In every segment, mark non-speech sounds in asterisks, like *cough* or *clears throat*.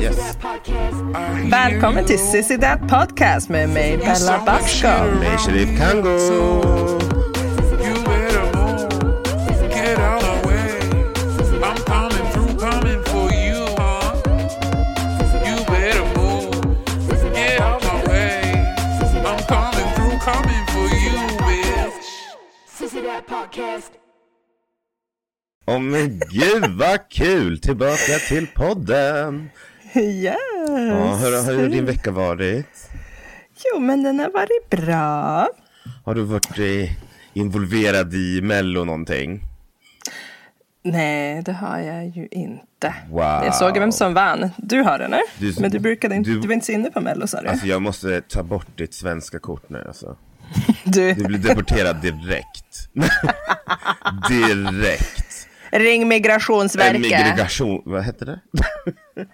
Yes. Välkommen till Sissy That Podcast med mig, Bella Basco. Med Sheriff Kango. You better move, get out of the way. I'm coming through, coming for you, huh? You better move, get out my way. I'm coming through, coming for you, bitch. Åh men gud vad kul! Tillbaka till podden. Ja, Yes. hur, hur har din vecka varit? Jo, men den har varit bra. Har du varit eh, involverad i Mello någonting? Nej, det har jag ju inte. Wow. Jag såg vem som vann. Du har den, eller? Du- men du, brukade inte, du- du... var inte så inne på Mello, sa du? Alltså jag måste ta bort ditt svenska kort nu alltså. Du du, *laughs* blir deporterad direkt. *laughs* direkt. ring En Migrationsverket. migration, vad heter det? Ja, du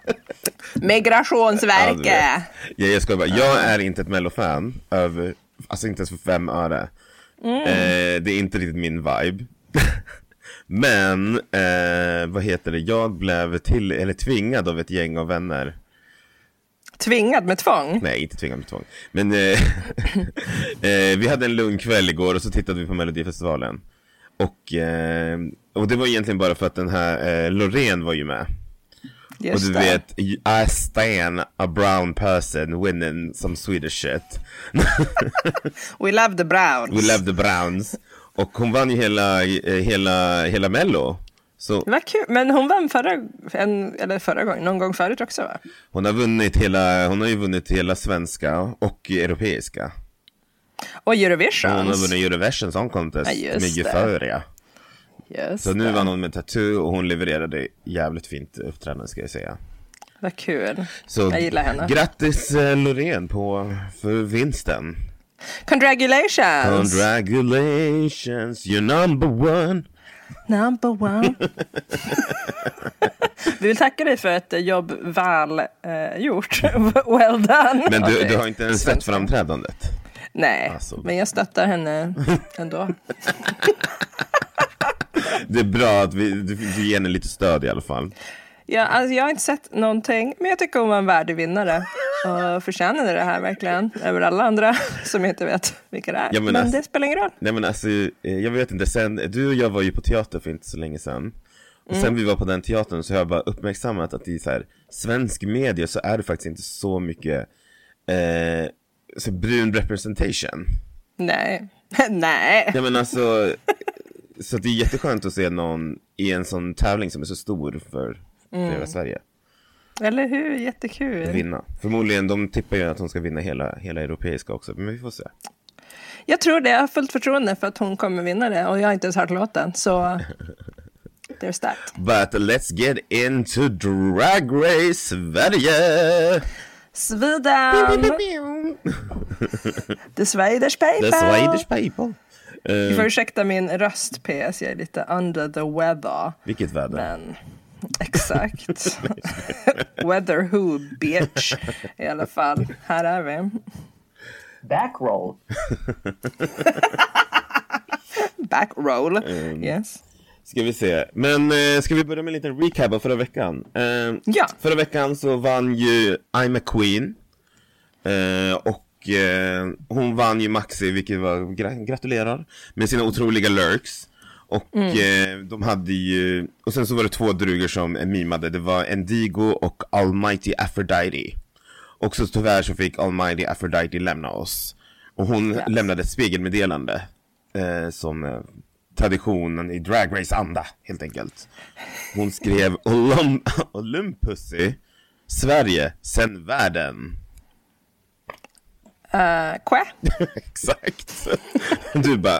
Migrationsverket. vet. Ja, jag skojar bara. Jag är inte ett mellofan över, alltså inte ens för fem öre. Mm. Eh, det är inte riktigt min vibe. *laughs* Men, eh, vad heter det, jag blev till, eller tvingad av ett gäng av vänner. Tvingad med tvång. Nej, inte tvingad med tvång. Men eh, *laughs* eh, vi hade en lugn kväll igår och så tittade vi på Melodifestivalen. Och, eh, och det var egentligen bara för att den här eh, Loreen var ju med. Och Just du det. vet, I stand a brown person winning some Swedish shit. *laughs* We love the browns. We love the browns. Och hon vann ju hela, eh, hela, hela mello. Så Vad kul. Men hon vann förra, en, eller förra gången, någon gång förut också va? hon har vunnit hela, hon har ju vunnit hela svenska och europeiska. Och Och Hon har Eurovision. vunnit Eurovision Song Contest Ja, just med det. Euphoria. Just Så nu det. vann hon med Tattoo och hon levererade jävligt fint uppträdande ska jag säga. Vad kul. Så Jag gillar henne. grattis eh, Loreen på, för vinsten. Congratulations! Congratulations, you're number one. Number one. *laughs* Vi vill tacka dig för ett jobb väl eh, gjort. *laughs* well done. Men av du, dig. du har inte ens sett framträdandet. Nej, Alltså. men jag stöttar *laughs* henne ändå. Det är bra att vi, du, du ger henne lite stöd i alla fall. Jag, alltså, jag har inte sett någonting, men jag tycker hon var en värdig vinnare. Och förtjänade det här verkligen. Över alla andra *laughs* som jag inte vet vilka det är. Ja, men men alltså- det spelar ingen roll. Nej men alltså, eh, jag vet inte, sen, du och jag var ju på teater för inte så länge sedan. Och sen vi var på den teatern så har jag bara uppmärksammat att i så här, svensk media så är det faktiskt inte så mycket eh, så brun representation. Nej. *laughs* Nej. Nej men alltså, så att det är jätteskönt att se någon i en sån tävling som är så stor för hela Sverige Eller hur? Jättekul. vinna. Förmodligen, de tippar ju att hon ska vinna hela, hela europeiska också, men vi får se. Jag tror det. Jag har fullt förtroende för att hon kommer vinna det. Och jag har inte ens hört låten, *laughs* så... There's that. But let's get into Drag Race Sverige! Sweden! The Swedish The paper! Swedish people. Du får ursäkta min röst, PS. Jag är lite under the weather. Vilket väder? Men *laughs* exakt. Weather who, bitch. I alla fall, här är vi. back roll. *laughs* Back roll. Um. Yes. Ska vi se. Men eh, ska vi börja med en liten recap av förra veckan? Eh, Ja. Förra veckan så vann ju I'm a Queen. Eh, och eh, hon vann ju Maxi, vilket var, gra- gratulerar, med sina otroliga lurks. Och eh, de hade ju, och sen så var det två drugor som eh, mimade. Det var Endigo och Almighty Aphrodite. Och så tyvärr så fick Almighty Aphrodite lämna oss. Och hon lämnade ett spegelmeddelande. Eh, som eh, traditionen i Drag Race anda, helt enkelt. Hon skrev *laughs* Olum- Olympussy, Sverige, sen världen. Uh, Kwe? Exakt. *laughs* Du bara,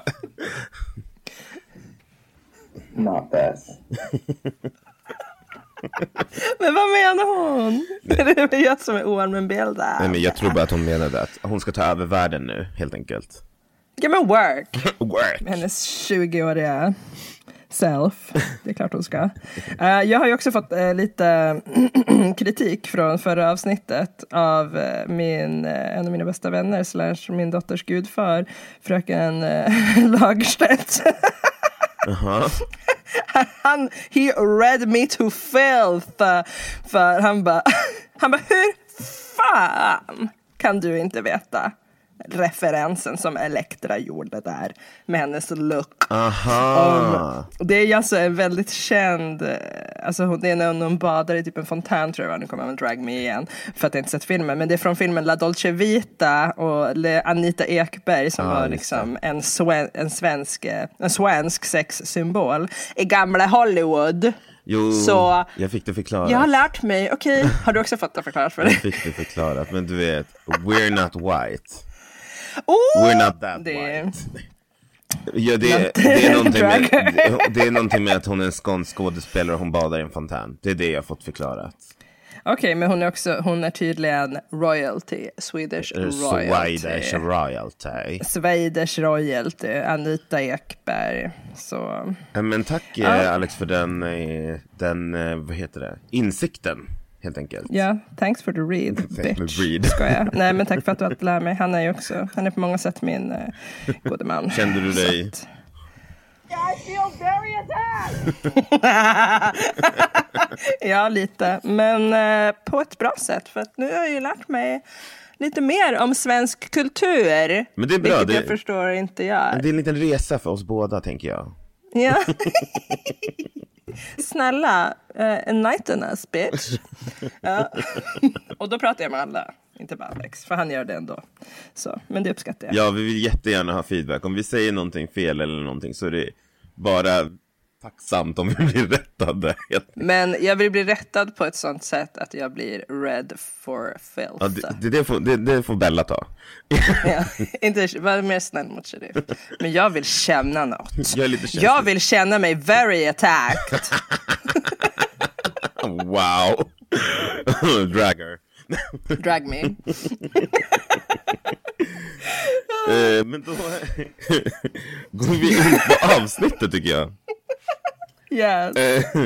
Not this. Men vad menar hon? Är det jag som är oanvändbar? nej men jag tror bara att hon menade att hon ska ta över världen nu, helt enkelt. Give me work. Work. hennes 20-åriga self. Det är klart hon ska. Eh, jag har ju också fått eh, lite *clears throat* kritik från förra avsnittet av eh, min, eh, en av mina bästa vänner slash min dotters gudfar, fröken uh, *laughs* Lagerstedt. Han, he read me to filth. För han bara, *laughs* Han bara, hur fan kan du inte veta referensen som Elektra gjorde där med hennes look? Ah. Aha! Om- Det är ju alltså en väldigt känd, eh, alltså hon- det är när hon badar i typ en fontän tror jag, nu kommer jag med drag me igen för att jag inte sett filmen, men det är från filmen La Dolce Vita och Le- Anita Ekberg som var liksom en, sven, en, svensk, eh, en svensk sexsymbol i gamla Hollywood. Jo, Så- jag fick det förklarat. Jag har lärt mig, okej, har du också fått det förklarat för jag dig? fick det förklarat, men du vet, we're not white. Oh! We're not that Det- white. Ja, det, *laughs* det, är någonting med, det, det är någonting med att hon är en skånsk skådespelare och hon badar i en fontän. Det är det jag har fått förklarat. Okej, men hon är också, hon är tydligen royalty, Swedish royalty. Swedish royalty. Swedish royalty, Anita Ekberg. Så Ja, Men tack eh, Alex för den, eh, den, eh, vad heter det, insikten helt enkelt. ja, thanks for the read, bitch. for read. *laughs* Skojar. Nej, men tack för att du alltid lär mig. Han är ju också, han är på många sätt min eh, gode man. Kände du dig- Så att- I feel very attacked. *laughs* ja, lite. Men eh, på ett bra sätt, för att nu har jag ju lärt mig lite mer om svensk kultur. Men det är bra, Vilket det- jag förstår inte jag. Det är en liten resa för oss båda tänker jag. *laughs* Ja. Snälla, eh, enlighten us *laughs* bitch. Ja. Och då pratar jag med alla, inte med Alex, för han gör det ändå. Så, men det uppskattar jag. Ja, vi vill jättegärna ha feedback. Om vi säger någonting fel eller någonting så är det bara tacksamt om vi blir rättade. *laughs* Men jag vill bli rättad på ett sånt sätt att jag blir red for filth. Ja, det, det, det, får, det, det får Bella ta. *laughs* *laughs* Ja, inte, var mer snäll mot sheriff. Men jag vill känna något. *laughs* Jag är lite känslig. Jag vill känna mig very *laughs* attacked. Wow! *laughs* Dragger. Drag me. Eh, men då *laughs* går vi in på avsnittet tycker jag. Yes.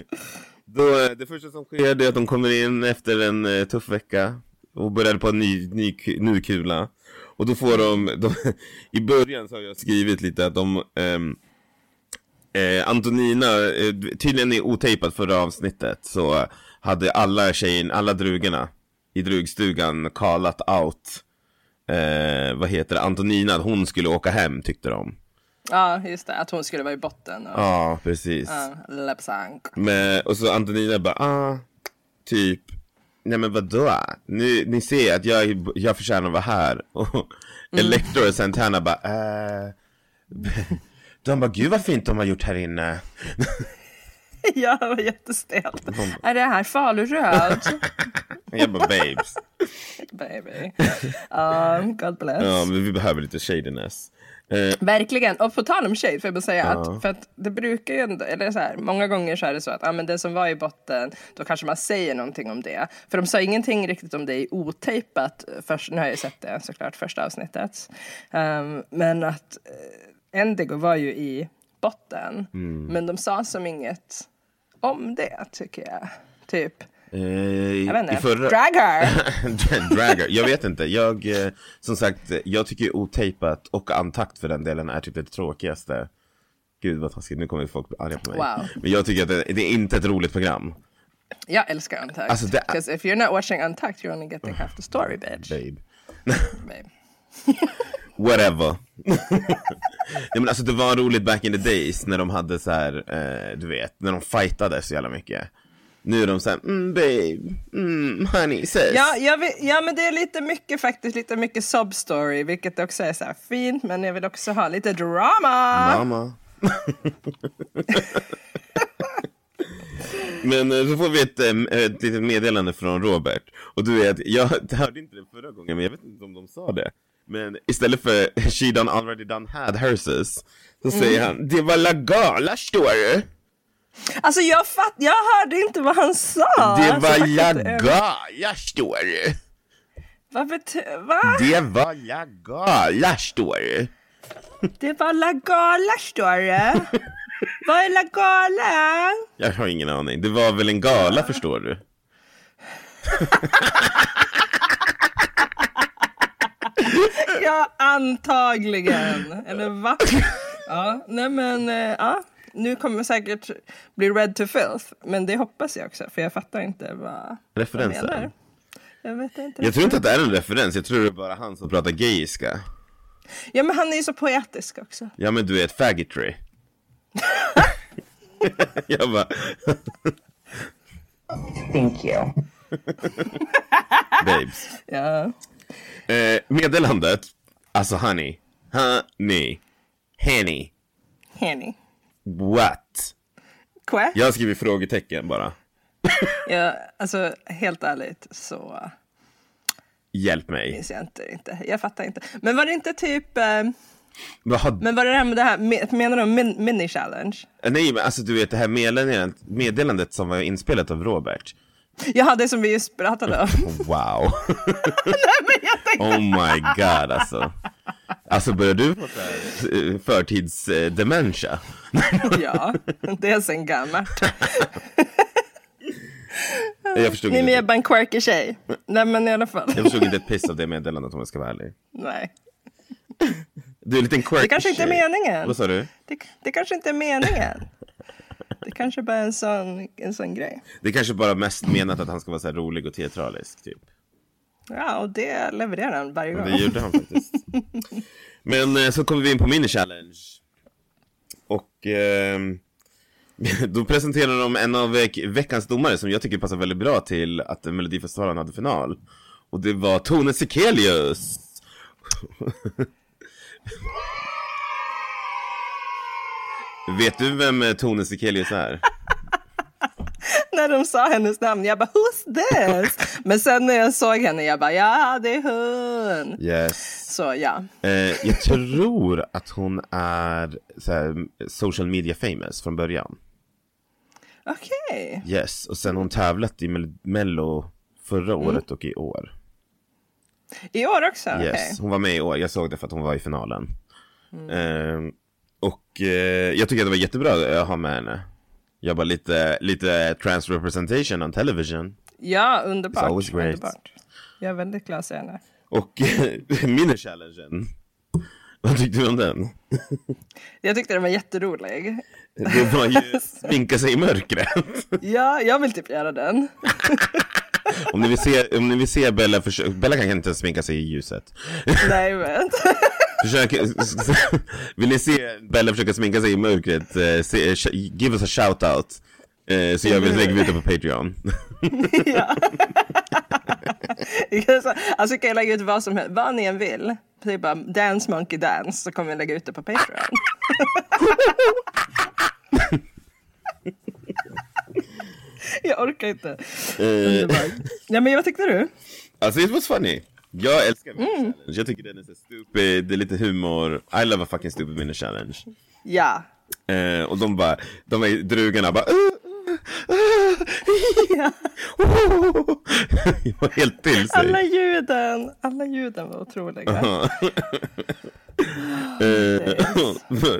*laughs* Då, eh, det första som sker det är att de kommer in efter en eh, tuff vecka och börjar på en ny, ny, ku- ny kula. Och då får de, de *laughs* i början så har jag skrivit lite att de, ehm, eh, Antonina, eh, tydligen i otejpat förra avsnittet så hade alla tjejer, alla drugorna i drugstugan kallat out, eh, vad heter det, Antonina, att hon skulle åka hem tyckte de. Ja, just det. Att hon skulle vara i botten. Och, Ja, precis. ja, läppsank. Men, och så Antonina bara, ah, typ, nej men vadå? Ni, ni ser att jag, jag förtjänar att vara här. *laughs* Och Electro och Santana bara, eh. *laughs* De bara, gud vad fint de har gjort här inne. *laughs* Ja, det var jättestelt. Är det här *laughs* faluröd? Jag bara, babes. Baby. Ja, God bless. Ja, men vi behöver lite shadiness. Eh, Verkligen. Och på tal om shade, får jag bara säga att, för att det brukar ju ändå, eller så här, många gånger så är det så att ah, men den som var i botten, då kanske man säger någonting om det. För de sa ingenting riktigt om det i otejpat, först, nu har jag ju sett det såklart, första avsnittet. Ehm, men att eh, Endigo var ju i botten, Mm. men de sa som inget om det, tycker jag. Typ, eh, jag vet i inte, förra... drag her! *coughs* Dragger, jag vet inte. Jag, eh, som sagt, jag tycker ju otejpat och antakt för den delen är typ det tråkigaste. Gud vad taskigt, nu kommer folk bli arga på mig. Wow. Men jag tycker att det, det är inte ett roligt program. Jag älskar Untucked. Alltså, det- Because if you're not watching Untucked you're only getting half the story bitch. Babe. Babe. Whatever. *laughs* Nej men alltså det var roligt back in the days när de hade så här, eh, du vet, när de fightade så jävla mycket. Nu är de så här, mm babe, mm honey, sis. Ja, jag vill, ja, men det är lite mycket faktiskt, lite mycket substory, vilket också är så här fint, men jag vill också ha lite drama. Mamma. Men eh, så får vi ett, eh, ett litet meddelande från Robert. Och du vet, jag *laughs* hörde inte det förra gången, men jag vet inte om de sa det. Men istället för *laughs* she done already done had herses, så säger han det var la gala står det. Alltså jag fatt, jag hörde inte vad han sa. Det Alltså, var jag la fattar inte. gala står det. Vad betyder, va? Det var la gala står det. Det var la gala står det. *laughs* vad är la gala? Jag har ingen aning, det var väl en gala förstår du. Ja, antagligen. Eller va? Ja, nej men, eh, ja. Nu kommer jag säkert bli red to filth, men det hoppas jag också, för jag fattar inte vad... Referenser. menar? Jag vet inte. Jag tror inte att det är en referens, jag tror det är bara han som pratar gayiska. Ja, men han är ju så poetisk också. Ja men du är ett faggotry. *laughs* jag bara, Thank you. babes. Ja. Eh, meddelandet, alltså honey, honey, henny, Henny. what? Quä? Jag har skrivit frågetecken bara. Ja, alltså helt ärligt så Hjälp mig. minns jag inte, inte. Jag fattar inte. Men var det inte typ, eh, Vad har men var det det här med det här, me- menar du min- mini-challenge? Nej men alltså du vet det här meddelandet, meddelandet som var inspelat av Robert. Jaha, det som vi just pratade om. *laughs* Wow. men jag tänkte, Oh my god alltså. Alltså börjar du få så här, eh, förtidsdementia? ja, det är sen gammalt. *laughs* Jag förstod, Nej, men inte, jag är jag... bara en quirky tjej. Nej, men i alla fall. förstod inte ett piss av det meddelandet om jag ska vara ärlig. *laughs* Nej. Du är en liten quirky Det kanske inte är tjej. meningen. Vad sa du? Det, det kanske inte är meningen. Det kanske bara är en sån, en sån grej. Det är kanske bara mest menat att han ska vara så här rolig och teatralisk typ. Ja, och det levererar han varje Men gång. det gjorde han faktiskt. Men eh, så kommer vi in på mini challenge. Och ehm, *laughs* då presenterar de en av veck- veckans domare som jag tycker passar väldigt bra till att Melodifestivalen hade final. Och det var Tone Sekelius. *laughs* Vet du vem eh, Tone Sekelius är? *laughs* När de sa hennes namn, jag bara who's this? Men sen när jag såg henne, jag bara ja, det är hon. Yes. Så ja, Eh, jag tror att hon är så här, social media famous från början. okej. Yes, och sen har hon tävlat i Mel- Mello förra Mm. året och i år. I år också? Ah, Okej. Mm. Yes, hon var med i år. Jag såg det för att hon var i finalen. Ehm, och eh, jag tycker att det var jättebra att ha med henne. Jag bara lite, lite trans representation on television. Ja, underbart. It's always great. underbart. Jag är väldigt glad att se henne. Och *laughs* mini-challengen. Vad tyckte du om den? Jag tyckte den var jätterolig. Det var *laughs* ju sminka sig i mörkret. Ja, jag vill typ göra den. Om ni vill se, om ni vill se Bella försöka, Bella kan inte ens sminka sig i ljuset. Nej, men. *laughs* Försök, *laughs* vill ni se Bella försöka sminka sig i mörkret, eh, se, eh, give us a shout-out. Eh, så gör vi, lägger vi ut det på Patreon. *laughs* ja. Jag kan säga- alltså, kan jag lägga ut vad som helst, vad ni än vill. Typ bara dance monkey dance så kommer jag lägga ut det på Patreon. *laughs* jag orkar inte. *laughs* Underbart. Ja, men vad tyckte du? Eh, alltså it was funny. Jag älskar min challenge. Jag tycker den är så stupid, det är lite humor. I love a fucking stupid mini challenge. Ja. Eh, och de bara, de är drugorna bara "Uh, uh, uh, uh." *laughs* Jag var helt till Alla sig. ljuden, alla ljuden var otroliga. *coughs*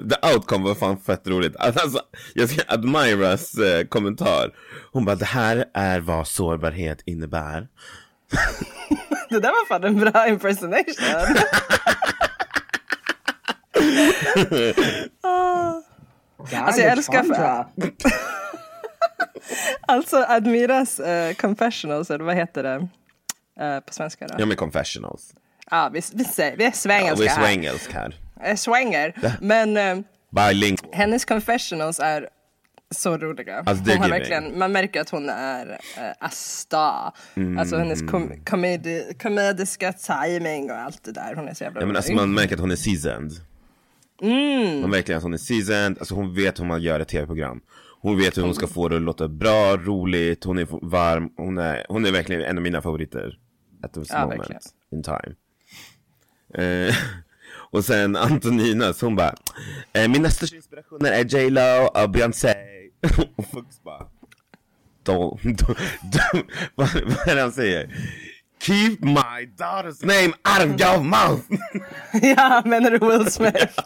The outcome var fan fett roligt. Alltså, jag ska admiras eh, kommentar. Hon bara, det här är vad sårbarhet innebär. Det där var fan en bra *laughs* impersonation. Alltså, Ah. jag älskar för- *laughs* Alltså Admiras eh, confessionals, eller vad heter det eh, på svenska då? Ja, Jag med confessionals. vi, vi, säger, vi är Och svengelska vi är här. svengelsk här. Eh, svänger. Men eh, Bilingual. hennes confessionals är så roliga. Alltså, det hon har gillar jag. verkligen, man märker att hon är eh, a star. Mm. Alltså hennes kom, komedi, komediska timing och allt det där. Hon är så jävla Ja, men alltså, rolig. man märker att hon är seasoned. Mm. Man märker att hon är seasoned. Alltså, hon vet hur man gör ett tv-program. Hon vet hur hon ska få det att låta bra, roligt, hon är varm. Hon är, hon är verkligen en av mina favoriter. At this Ja, moment verkligen. in time. Eh, *laughs* och sen Antonina, så hon bara. Eh, min nästa inspiration är J Lo och Beyoncé. *laughs* och Fuchs bara. Då, då, då, *laughs* vad, vad är det han säger? Keep my daughter's name out of your mouth! *laughs* *laughs* ja, menar du Will Smith?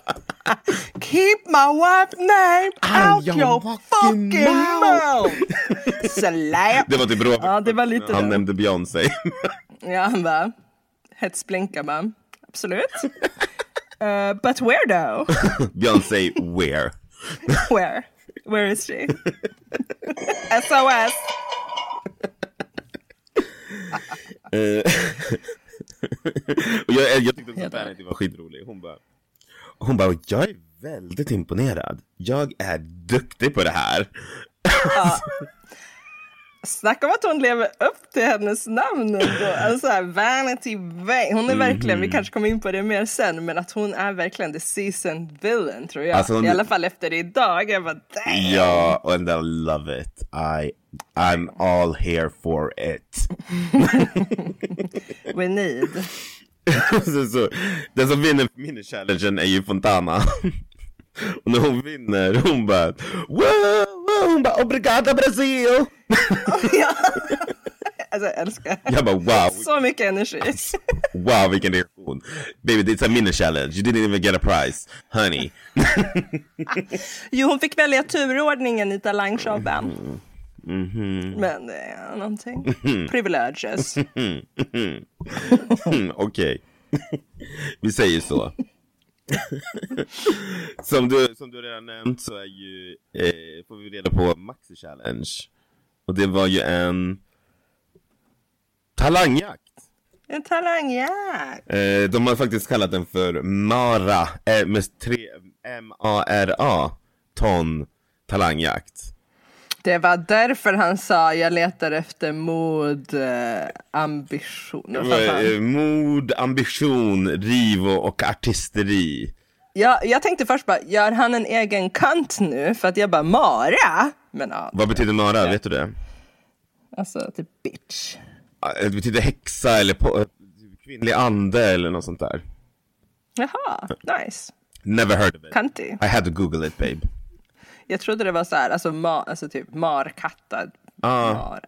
Keep my wife's name out your, fucking, mouth! Slap! *laughs* Det var typ Robert. Ja, det var lite Han det. nämnde Beyoncé. *laughs* Ja, han bara hetsblinkar man. *laughs* Absolut. Eh, but where though? Beyoncé where? Where? Where is she? *laughs* SOS! Eh, och jag, jag tyckte också Helt Vanity var skitrolig. Hon bara, hon bara, jag är väldigt imponerad. Jag är duktig på det här. Snacka om att hon lever upp till hennes namn ändå. Alltså här, Vanity Vane. Hon är verkligen, vi Mhm. kanske kommer in på det mer sen, men att hon är verkligen the seasoned villain tror jag. Alltså, hon- I alla fall efter idag. Jag bara, damn. Ja, and I love it. I, I'm all here for it. *laughs* We need. *laughs* så, så, den som vinner mini-challengen är ju Fontana. *laughs* och när hon vinner, hon bara, wow, wow, hon bara, obrigada Brasil. Ja. alltså jag älskar. Jag bara, wow. Så mycket energi. Alltså. Wow, vilken reaktion. Baby, it's a mini challenge. You didn't even get a prize. Honey. *laughs* Jo, hon fick välja turordningen i talangshowen. Mhm. Men det är någonting. Privileges. Mm, Okej. Vi säger så. som, du, som du redan nämnt så är ju, eh, får vi reda på Maxi Challenge. Och det var ju en talangjakt. En talangjakt. Eh, de har faktiskt kallat den för Mara, eh, med tre, M-A-R-A, ton talangjakt. Det var därför han sa jag letar efter mod, eh, ambition. Vad fan fan. Eh, Mod, ambition, rivo och artisteri. Jag, jag tänkte först bara, gör han en egen kant nu? För att jag bara, Mara? Men ja, Vad betyder Mara? Vet du det? alltså typ bitch. Ah, Det betyder häxa eller po- eh, kvinnlig ande eller något sånt där. Jaha, nice. Never heard of it. Kantig. I had to google it babe. Jag trodde det var så här, alltså, ma, alltså typ markattad. Ah. Mara.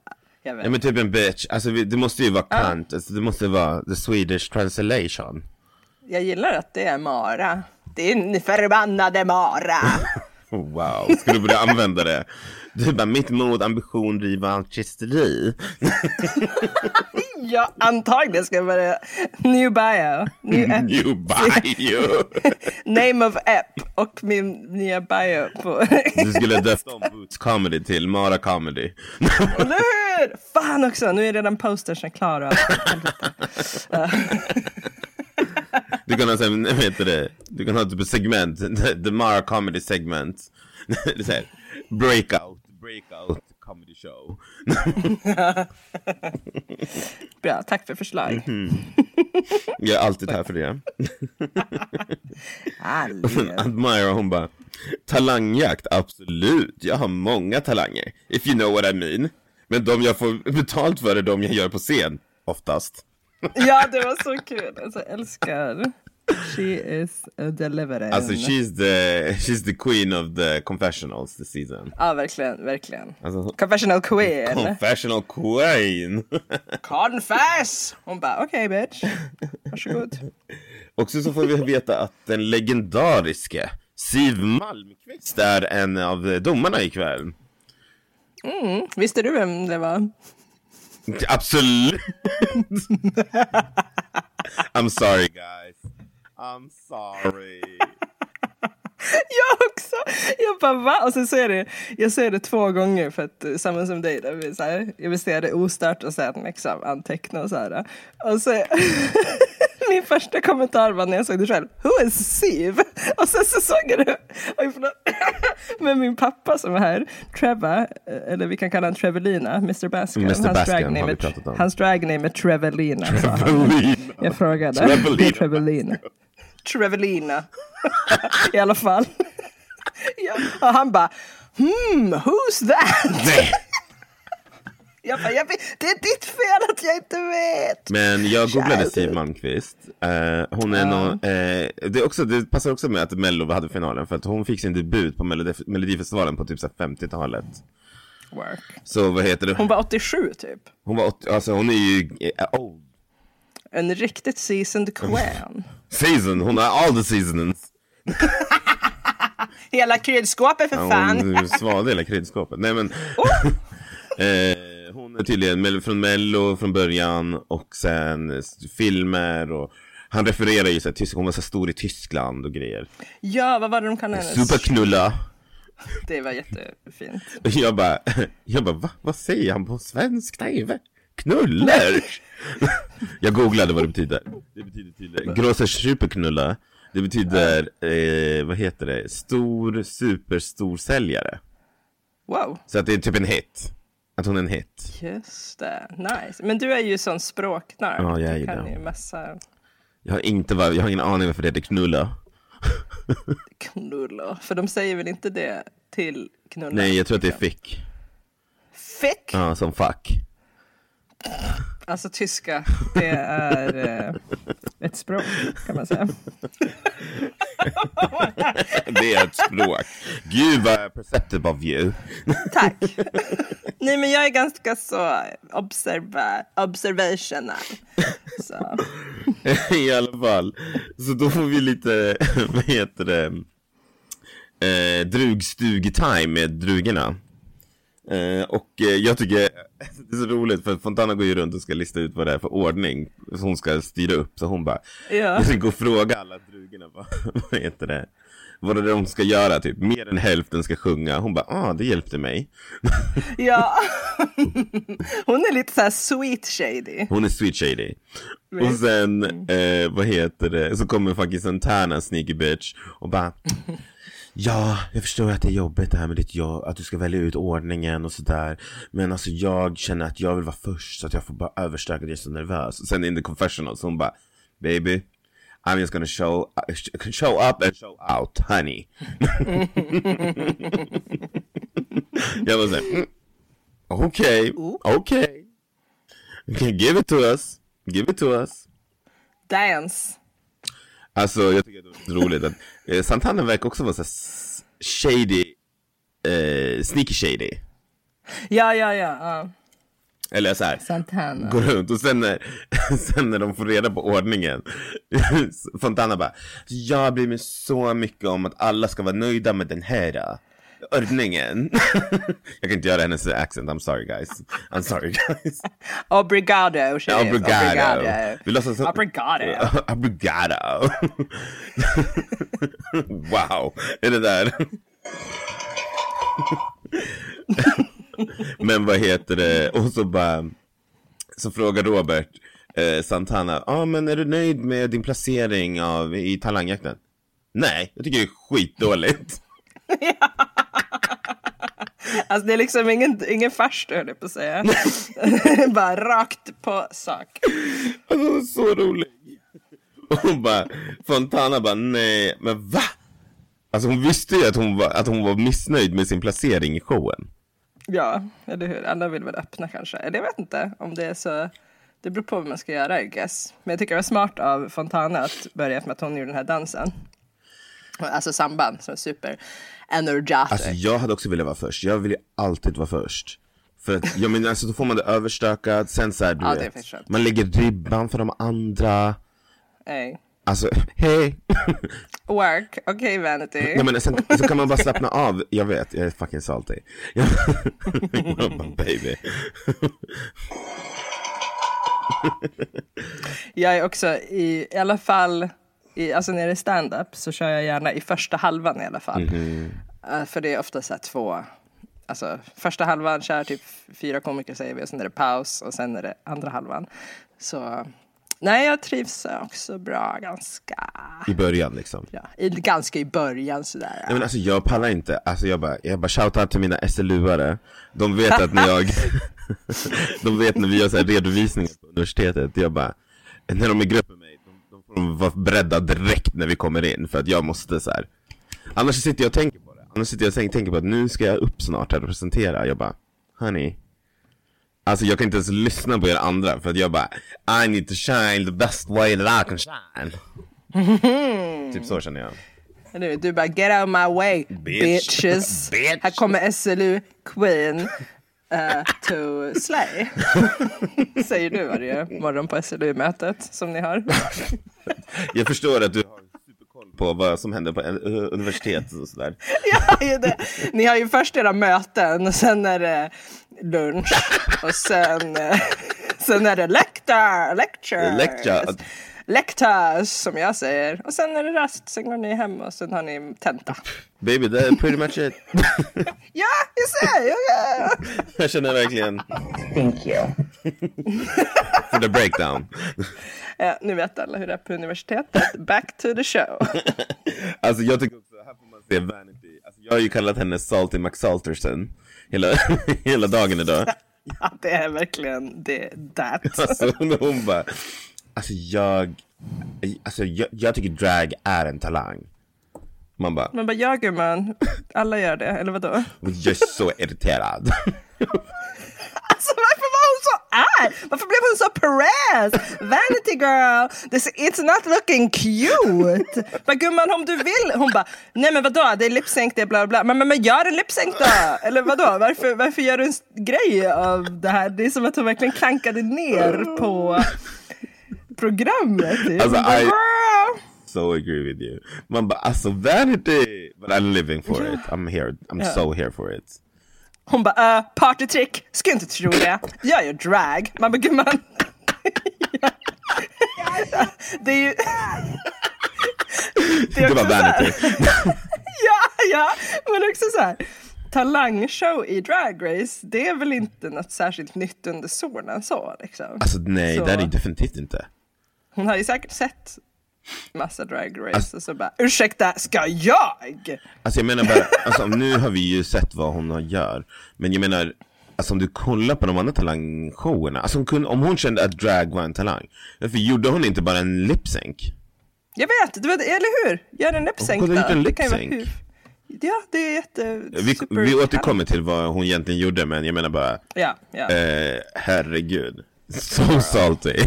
Jag vet. Ja men typ en bitch, alltså vi, det måste ju vara kant, alltså, det måste vara the Swedish translation. Jag gillar att det är Mara. Din förbannade *laughs* Mara. Oh, Wow, ska du börja använda det? Du bara, mitt mod, ambition, rivo, artisteri. ja, antagligen ska jag börja. New bio. *laughs* New app. You buy you! Name of app. Och min nya bio på... Du skulle döpt om Boots comedy till Mara comedy. Eller hur? Fan också, nu är redan postersen klara. Du kan ha sen, *laughs* vad heter det? Du kan ha typ ett segment, *laughs* the, the Mara comedy segment. *laughs* det är så här, breakout, breakout comedy show. *laughs* Bra, tack för förslag. Mhm. Jag är alltid här för det. Aldrig. Admira hon bara, talangjakt, absolut, jag har många talanger. If you know what I mean. Men de jag får betalt för är de jag gör på scen, oftast. Ja, det var så kul. Alltså, jag älskar. She is a deliverer. Alltså she's the, she's the queen of the confessionals this season. Ja, verkligen, verkligen. Alltså, Confessional queen. confessional queen! Confess! Hon bara, okej bitch. Varsågod. Också så får vi veta att den legendariske Siv Malmqvist är en av domarna ikväll. Visste du vem det var? *laughs* Absolut! I'm sorry guys. I'm sorry. *laughs* Jag också! Jag bara va? Och sen så är det, jag ser det två gånger för att eh, samma som dig, där vi så här, jag vill se det ostört och sen liksom anteckna och så här. Och så, *laughs* min första kommentar var när jag såg det själv, who is Siv? Och sen så såg jag det, oj förlåt, *laughs* men min pappa som är här, Trevor, eh, eller vi kan kalla honom Trevelina, Mr Baskin. Mr. Baskin dragname har vi är- pratat om. Hans dragname är Trevelina. sa han. *laughs* Jag frågade. Trevelina. Trevelina. Trevelina. I alla fall. Ja, och han bara, hmm, who's that? Nej. Jag bara, jag vet, det är ditt fel att jag inte vet. Men jag googlade Child. Siv Malmqvist. Eh, hon är någon, eh, det, är också, det passar också med att Mello hade finalen för att hon fick sin debut på Melodif- Melodifestivalen på typ så här 50-talet. Work. Så vad heter det? Hon var 87 typ. Hon var åt- alltså hon är ju eh, old En riktigt seasoned queen. season, hon har all the seasons. Hela kryddskåpet för fan. Hon är ju svalde hela kryddskåpet. Nej men. *laughs* eh, hon är tydligen mel- från Mello från början och sen eh, filmer och han refererar ju så här, tysk, hon var så stor i Tyskland och grejer. Ja, vad var det de kallade henne? Superknulla. Det var jättefint. *laughs* Och jag bara, jag bara va? Vad säger han på svensk tv? Knuller? *laughs* jag googlade vad det betyder. Det betyder tydligen großer superknulla. Det betyder, eh, vad heter det, stor superstor säljare. Wow, Så att det är typ en hit. Att hon är en hit. just det. Nice. Men du är ju sån språknörd. Ja, jag är du kan det. ju massa Jag har inte var, jag har ingen aning varför det heter knulla. knulla. För de säger väl inte det till knulla? Nej, jag tror att det är fick. Fick! Ja, som fuck. Alltså tyska, det är eh, ett språk kan man säga. Det är ett språk. Gud vad perceptive of you. Tack. *laughs* Nej men jag är ganska så observa- observational. Så. *laughs* I alla fall. Så då får vi lite, *laughs* vad heter det, eh, drugstug-time med drugorna. Eh, och eh, jag tycker det är så roligt för Fontana går ju runt och ska lista ut vad det är för ordning som hon ska styra upp. Så hon bara, Ja. *laughs* jag ska gå och fråga alla drugorna *laughs* vad, vad heter det, vad är det de ska göra typ. Mer än hälften ska sjunga. Hon bara, ah det hjälpte mig. ja. *laughs* Hon är lite så här sweet shady. Hon är sweet shady. Och sen, eh, vad heter det, så kommer faktiskt en tärna sneaky bitch och bara Ja, jag förstår att det är jobbigt det här med ditt jobb, att du ska välja ut ordningen och sådär. Men alltså jag känner att jag vill vara först så att jag får bara överstöka det, jag är så nervös. Och sen in the confessional så hon bara Baby, I'm just gonna show, uh, show up and show out, honey. *laughs* jag var såhär, mm, okej, okej. Okay, give it to us. Give it to us. Dance. Alltså jag tycker det är roligt att eh, Santana verkar också vara så här s- shady, eh, sneaky shady. Ja, ja, ja. ja. Eller så här, Santana. går runt och sen när, *laughs* sen när de får reda på ordningen, *laughs* Fontana bara, jag bryr mig så mycket om att alla ska vara nöjda med den här eh, ordningen. *laughs* jag kan inte göra hennes accent, I'm sorry guys. I'm sorry *laughs* guys. Obrigado. she is. Obrigado. Obrigado. Vi låtsas som... Obrigado. *laughs* Obrigado. *laughs* wow, är det där? *laughs* Men vad heter det? Och så bara, så frågar Robert eh, Santana, ja ah, men är du nöjd med din placering av, i talangjakten? Nej, jag tycker det är skitdåligt. Alltså det är liksom ingen, ingen farstu höll jag på att *laughs* säga. Bara rakt på sak. Alltså hon är så rolig. Och hon bara, Fontana bara nej, men va? Alltså hon visste ju att hon var, att hon var missnöjd med sin placering i showen. Ja, eller hur? Alla vill väl öppna kanske. Eller jag vet inte om det är så. Det beror på vad man ska göra I guess. Men jag tycker det var smart av Fontana att börja med att hon gjorde den här dansen. Alltså samban som är super energetic. Alltså jag hade också velat vara först, jag vill ju alltid vara först. För att, ja men alltså då får man det överstökat, sen så här, du Ja, det är vet, faktiskt sant. man lägger ribban för de andra. Hey. Alltså, *laughs* hej! Work, okej vanity. Ja men sen, så kan man bara slappna av, jag vet, jag är fucking salty. *laughs* Jag, jag bara, baby. Jag är också i, i alla fall, i, alltså när det är stand-up så kör jag gärna i första halvan i alla fall. Eh, för det är ofta så här två, alltså första halvan kör typ fyra komiker säger vi och sen är det paus och sen är det andra halvan. Så nej, jag trivs också bra ganska, I början liksom. ja, i, ganska i början sådär. Nej men alltså jag pallar inte, alltså jag bara, jag bara shoutout till mina SLU-are De vet att när jag, *laughs* de vet när vi gör så här redovisningar på universitetet, jag bara När de är i grupp med mig, de, de får de vara beredda direkt när vi kommer in för att jag måste så här. Annars sitter jag och tänker på det, annars sitter jag och tänker- tänker på att nu ska jag upp snart här och presentera, jag bara Honey Alltså jag kan inte ens lyssna på er andra för att jag bara I need to shine the best way that I can shine Typ så känner jag Eller hur? Du bara get out my way bitches. Bitch. Här kommer SLU Queen eh, to slay. *laughs* Säger du varje morgon på SLU-mötet som ni har. *laughs* Jag förstår att du har superkoll på vad som händer på eh, universitet och sådär. Ja, det är det. Ni har ju först era möten och sen är det lunch och sen, eh, sen är det lecture, lecture. Lecture. Lectures, som jag säger. Och sen är det rast, sen går ni hem och sen har ni tenta. Baby, that is pretty much it. *laughs* Ja, jag ser! jag- jag känner verkligen Thank you. for the breakdown. Ja, nu vet alla hur det är på universitetet. Back to the show. Alltså jag tycker också, här får man se Vanity. Alltså, jag har ju kallat henne Salty McSalterson hela, *laughs* hela dagen idag. *laughs* Ja, det är verkligen det, that. Alltså hon, hon bara, alltså jag, alltså jag, jag tycker drag är en talang. Man bara, Man bara, ja gumman, alla gör det, eller vadå? jag är så irriterad. *laughs* Alltså varför var hon så arg? Varför blev hon så Perez? Vanity girl, this, it's not looking cute. Men gumman om du vill. Hon bara, nej men vadå det är lipsync det är bla bla. Men, men, men gör en lipsync då. Eller vadå, varför, varför gör du en s- grej av det här? Det är som att hon verkligen klankade ner på programmet. Typ. Alltså, Hon bara, I- "Girl." so agree with you. Man bara, alltså Vanity! But I'm living for it. I'm here, I'm so here for it. Hon bara, uh, partytrick, ska inte tro det. Jag gör drag. Man bara, gumman. *laughs* det är ju... det är Det var också så här- Vanity. *laughs* ja, ja, men också så här. Talangshow i Drag Race, det är väl inte något särskilt nytt under solen så liksom. Alltså nej, Så. det är det definitivt inte. Hon har ju säkert sett massa Drag Race och så bara, ursäkta, ska jag? Alltså jag menar bara, alltså, nu har vi ju sett vad hon har- gör. Men jag menar, alltså om du kollar på de andra talangshowerna, alltså hon kunde, om hon kände att drag var en talang, varför gjorde hon inte bara en lip-sync? Jag vet, det var, eller hur? Gör en lip-sync kunde ha gjort en Det kan ju vara lip-sync. hur- Ja, det är jätte... Vi, super- vi återkommer till vad hon egentligen gjorde, men jag menar bara, Ja, ja. eh, herregud. So salty.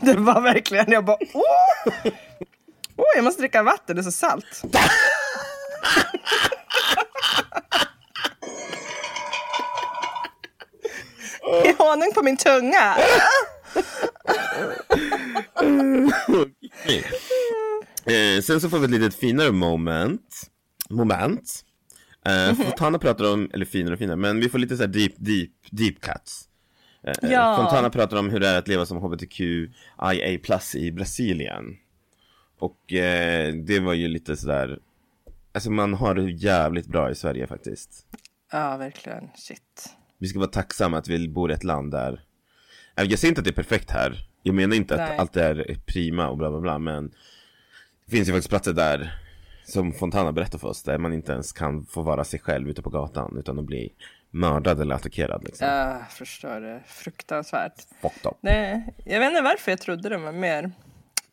Det var verkligen, jag bara åh! Åh, jag måste dricka vatten, det är så salt. I honung på min tunga. *laughs* Eh, sen så får vi ett litet finare moment. Moment. Eh, Fontana pratar om, eller finare och finare, men vi får lite så här deep, deep, deep cuts. Eh, eh, Ja. Fontana pratar om hur det är att leva som hbtqia plus i Brasilien. Och eh, det var ju lite sådär, alltså man har det jävligt bra i Sverige faktiskt. Ja, verkligen. Shit. Vi ska vara tacksamma att vi bor i ett land där Eh, Jag säger inte att det är perfekt här Jag menar inte att Nej. allt är prima och bla bla bla Men Det finns ju faktiskt platser där Som Fontana berättar för oss Där man inte ens kan få vara sig själv ute på gatan Utan att bli mördad eller attackerad liksom Jag förstår det. Fruktansvärt. Fucked up Nej, jag vet inte varför jag trodde de var mer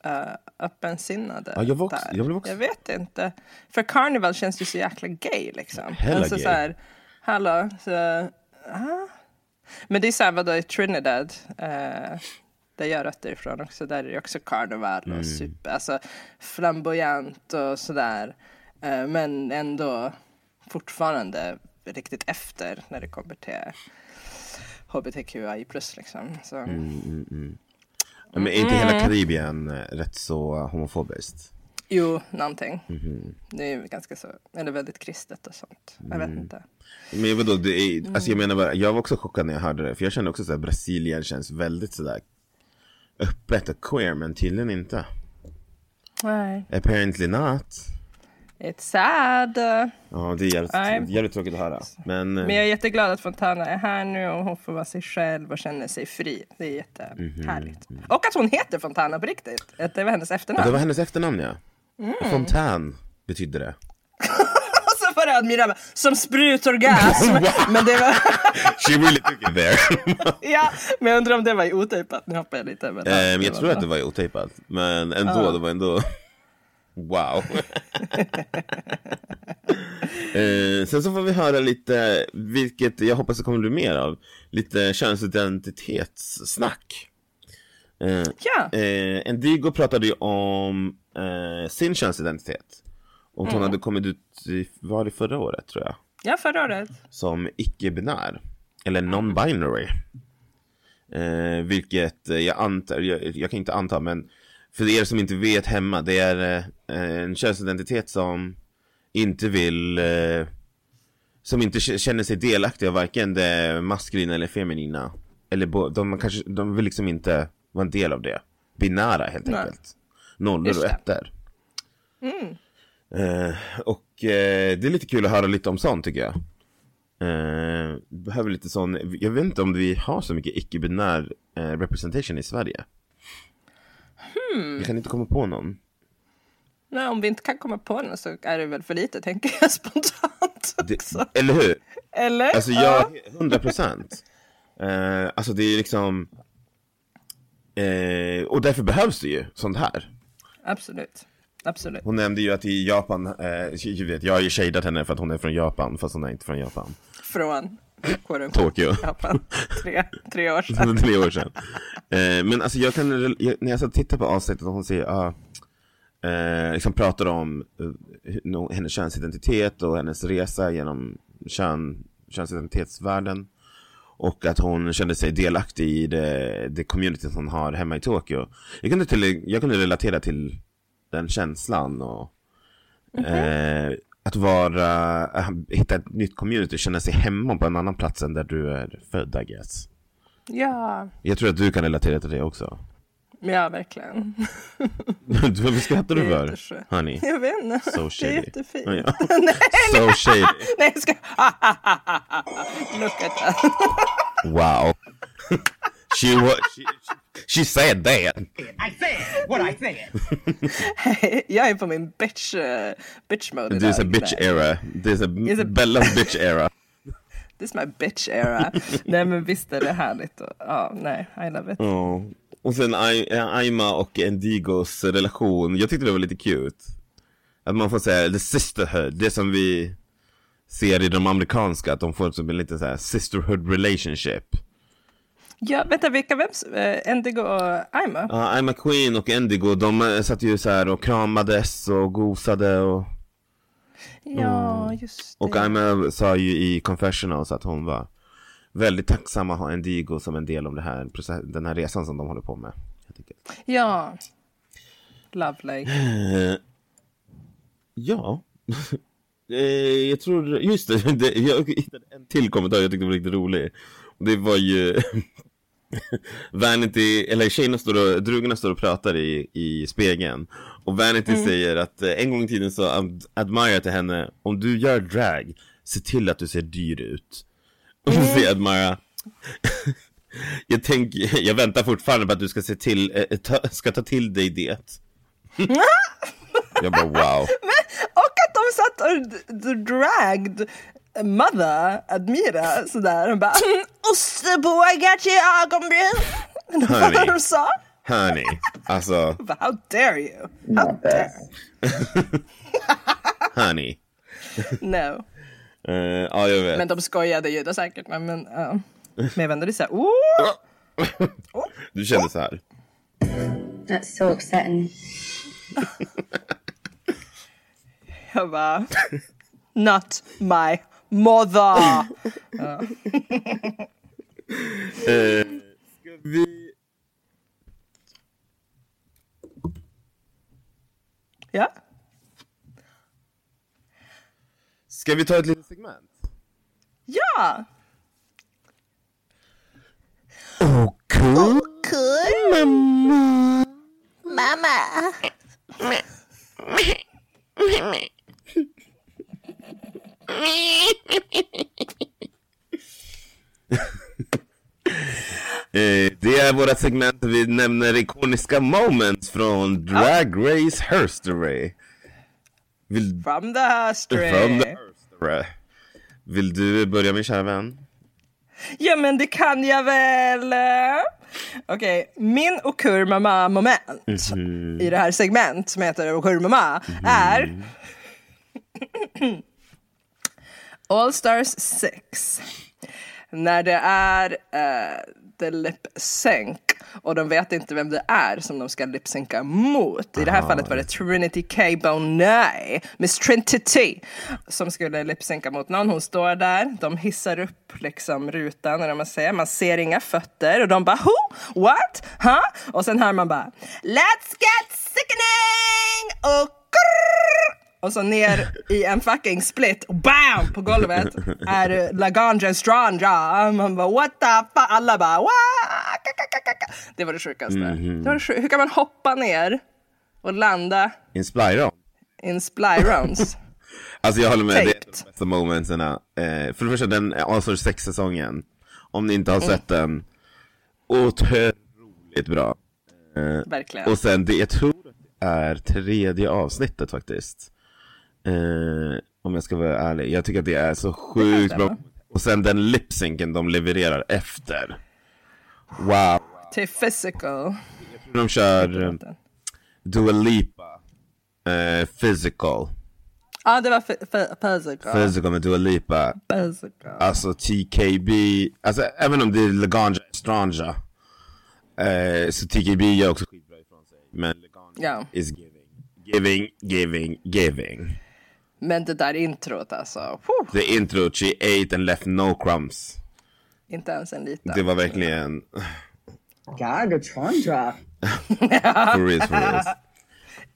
eh, öppensinnade. Ja, jag var också- där. jag blev också- jag vet inte. För Carnival känns ju så jäkla gay liksom. Hella alltså, gay. Så här, hallå, så, ah. Men det är så här, vadå, i Trinidad, eh, där jag rötter ifrån också, där är det också karneval och Mm. super, alltså flamboyant och sådär. Eh, men ändå fortfarande riktigt efter när det kommer till hbtqi plus liksom. Så. Mm. Men är inte Mm. hela Karibien eh, rätt så homofobiskt? Jo, någonting. Mhm. Det är ju ganska så, eller väldigt kristet och sånt. Jag Mm. vet inte. Men vadå, det Mm. är, alltså jag menar bara, jag var också chockad när jag hörde det För jag kände också att Brasilien känns väldigt sådär Öppet och queer men tydligen inte Nej. Apparently not It's sad. Ja, det är jävligt, Nej. Alltså. jävligt tråkigt att höra. Men, eh, Men jag är jätteglad att Fontana är här nu och hon får vara sig själv och känner sig fri. Det är jättehärligt. Och att hon heter Fontana på riktigt. Att det var hennes det efternamn. var hennes efternamn Mhm. ja. Mm. Fontän betydde det. Och så var det Admira som sprutorgasm. *laughs* men det var, *laughs* She really took it there. ja, men jag undrar om det var i otejpat. Nu hoppar jag lite. Men, *laughs* ja, Ehm, jag tror bra. att det var otejpat, men ändå, det var ändå... *laughs* Wow. Ehm, sen så får vi höra lite, vilket jag hoppas det kommer bli mer av, lite könsidentitetssnack. Ehm, Ja. Eh, Endigo pratade ju om eh, sin könsidentitet. Och hon hade kommit ut, i, var det förra året tror jag? ja, förra året. Som icke-binär. Eller non-binary. Eh, vilket eh, jag antar, jag, jag kan inte anta men för er som inte vet hemma, det är eh, en könsidentitet som inte vill, eh, som inte k- känner sig delaktig av varken det maskulina eller feminina. eller bo, de, man kanske, de vill liksom inte vara en del av det. Binära helt Nej. enkelt. Nollor Just och det. ettor. Eh, och eh, det är lite kul att höra lite om sånt tycker jag. Eh, behöver lite sån, jag vet inte om vi har så mycket icke-binär eh, representation i Sverige. Jag kan inte komma på någon. Nej, om vi inte kan komma på den så är det väl för lite, tänker jag *laughs* spontant Det, också. eller hur? Eller? Alltså jag, 100 procent. alltså det är liksom, eh, och därför behövs det ju sånt här. Absolut. Absolut. Hon nämnde ju att i Japan, eh, jag vet, jag har ju shadat henne för att hon är från Japan, fast hon är inte från Japan. Från quote unquote, Tokyo. Japan. Tre, tre år *laughs* sedan. för tre år sedan. Eh, men alltså jag kan, rel- jag, när jag så tittar på avsnittet och hon säger, ah, eh, liksom pratar om eh, hur- hennes könsidentitet och hennes resa genom kön, könsidentitetsvärlden. Och att hon kände sig delaktig i det, det communityt hon har hemma i Tokyo. Jag kunde, till, jag kunde relatera till den känslan och Mhm. eh, att vara, äh, hitta ett nytt community, känna sig hemma på en annan plats än där du är född, I guess. Ja, Jag tror att du kan relatera till det också. *laughs* ja verkligen. *laughs* Varför skrattar du Det är för? inte så. Honey. Jag vet inte. *laughs* So det är shady. jättefint. *laughs* Ja. so shady. Nej, jag *laughs* ska... Look at that. Wow. she, wa- she, she said that. I said what I said. *laughs* jag är på min bitch, eh, bitch mode There's a idag. bitch Nej, era. There's a, a- Bellas bitch era. This is my bitch era. nej men visst är det härligt. Och, ja, nej, I love it. *laughs* Ja. Och sen Ai- eh, Aima och Endigos relation. Jag tyckte det var lite cute. Att man får säga the sisterhood. Det som vi ser i de amerikanska. Att de får som en liten så här sisterhood relationship. Ja, vänta, vilka vems? eh, Endigo och Aima? Ja, I'm a Queen och Endigo, de eh, satt ju så här och kramades och gosade och... Ja, just det. Och I'm a sa ju i Confessionals att hon var väldigt tacksam att ha Endigo som en del av det här, process- den här resan som de håller på med. helt enkelt. Ja. Lovely. Ja. *laughs* Eh, jag tror, just det, *laughs* det, jag hittade en till kommentar jag tyckte var riktigt rolig. Och Det var ju *laughs* Vanity, eller tjejerna står och, drugorna står och pratar i, i spegeln. Och Vanity säger att eh, en gång i tiden sa Ad- Admire till henne, om du gör drag, se till att du ser dyr ut. *laughs* Och så säger Admire, *laughs* jag, tänk, *laughs* jag väntar fortfarande på att du ska se till, eh, ta, ska ta till dig det. jag bara wow. Och att de satt och d- d- dragged Mother, Admira, sådär. Hon bara "Mm, ostbågar till ögonbryn. Det var Hörni. vad de sa. Honey, alltså Bara, How dare you? Oh, Not this. honey. No. Eh, ja, jag vet. Men de skojade ju då säkert. Men, men, ja. men jag vände dig såhär. Oh! Du kände så här. That's so upsetting. Jag bara. Not my mother. Vi... Ja. Ska vi ta ett litet segment? Ja. Okej. Mamma. Eh, Det är vårt segment där vi nämner ikoniska moments från Drag Race Herstory. Vill From the history. From the Earth. Vill du börja min kära vän? Ja men det kan jag väl. Okej, min och kurmama moment i det här segment som heter och kurmama är *clears throat* All Stars 6. När det är eh, the lip sync och de vet inte vem det är som de ska lipsynka mot. I det här fallet var det Trinity K. Bonet, Miss Trinity, som skulle lipsynka mot någon. Hon står där, de hissar upp liksom rutan, eller vad man säger. Man ser inga fötter och de bara who, what, huh? Och sen hör man bara Let's get sickening! Och grrr! och så ner i en fucking split och bam på golvet är Lagrange Strandra. Man bara what the fuck? Alla bara "Wah, ka, ka, ka, ka, ka." Det var det sjukaste. Mhm. Det var det sjuk- Hur kan man hoppa ner och landa Inspira. in *laughs* splyrons? Alltså jag håller med, det är ett av de Taped. bästa momenten. Eh, för det första, den Allstars 6-säsongen. Om ni inte har sett den. Otroligt bra. Verkligen. Och sen, det, jag tror att det är tredje avsnittet faktiskt. Eh, om jag ska vara ärlig. Jag tycker att det är så sjukt det, bra. va? Och sen den lipsynken de levererar efter. Wow. Till physical. De kör eh, Dua Lipa. Eh, physical. Ja, det var phy- phy- physical. Physical med Dua Lipa. Physical. Alltså TKB, alltså även om det är Laganja Estranja eh, Så TKB gör också skitbra ifrån sig Men Laganja Ja. is giving Giving, giving, giving Men det där introt alltså. Puh, The intro, she ate and left no crumbs inte ens en liten. Det var verkligen God, the Chandra. for real, for real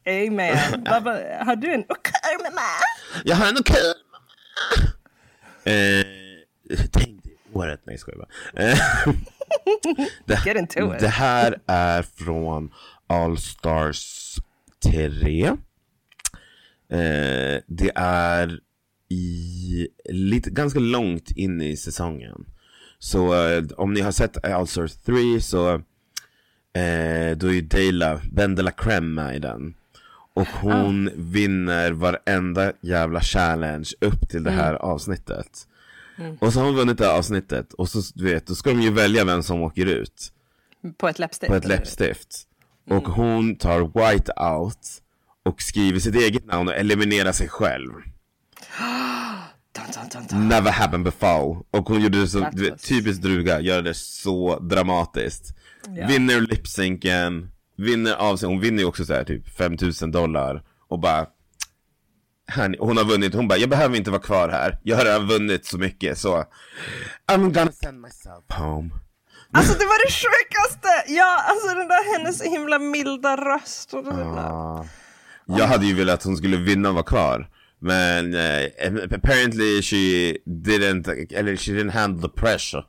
Amen. Baba, har du en okej mamma? Jag har en okej mamma. eh, Tänk dig året, nej jag skojar bara eh, det, Get into it. det här är från All Stars 3 Eh, det är i lite, ganska långt in i säsongen. Så eh, om ni har sett All Stars 3 så eh, då är ju Dela, Vendela Creme med i den. Och hon vinner varenda jävla challenge upp till det här avsnittet. Och så har hon vunnit det här avsnittet och så du vet, då ska de ju välja vem som åker ut På ett läppstift? på ett läppstift. Och hon tar white out och skriver sitt eget namn och eliminerar sig själv. Dun, dun, dun, dun. Never happened before. Och hon gjorde det så, That du vet, was- typiskt druga, gör det så dramatiskt. Vinner lipsynken, vinner av sig, hon vinner ju också så här typ 5000 dollar och bara här, ni- hon har vunnit, hon bara jag behöver inte vara kvar här, jag har redan vunnit så mycket så I'm gonna send myself home. Alltså det var det sjukaste! Ja, alltså den där hennes himla milda röst. Och det där. Jag hade ju velat att hon skulle vinna och vara kvar. Men eh, apparently she didn't, eller she didn't handle the pressure.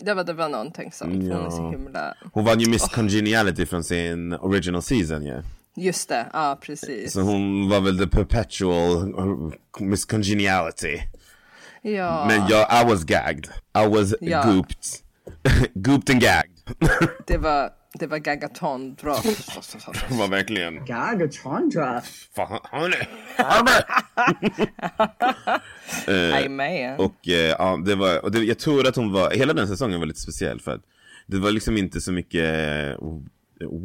Det, var, det var någonting sånt. Hon är så Ja. himla... Hon vann ju Miss Congeniality från sin original season ju. Just det, ja precis. Så hon var väl the perpetual uh, Miss Congeniality. Ja, Men jag, I was gagged. I was Ja. gooped. *laughs* gooped and gagged. *laughs* det var, det var gagaton drop. Hon var verkligen, God, the Chandra. fan, hon är, hon är. Amen. Och eh, ja, det var, och det, jag tror att hon var, hela den säsongen var lite speciell för att det var liksom inte så mycket eh,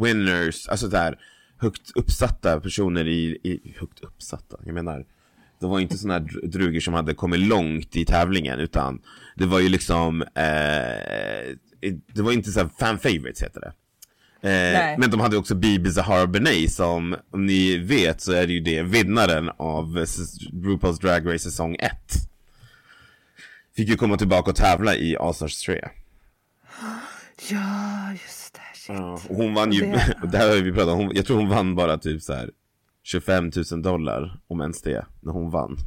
winners, alltså där högt uppsatta personer i, i högt uppsatta, jag menar det var inte sådana drugor som hade kommit långt i tävlingen utan det var ju liksom, eh, det var inte så här fan favorites heter det. Eh, Nej. men de hade också Bibi Zahara Benet som om ni vet så är det ju det vinnaren av eh, RuPaul's Drag Race säsong 1 fick ju komma tillbaka och tävla i Allstars 3. Ja, just det. Shit. Och hon vann ju, Det- *laughs* det här har vi pratat om, hon, jag tror hon vann bara typ så här 25 000 dollar, om ens det, när hon vann.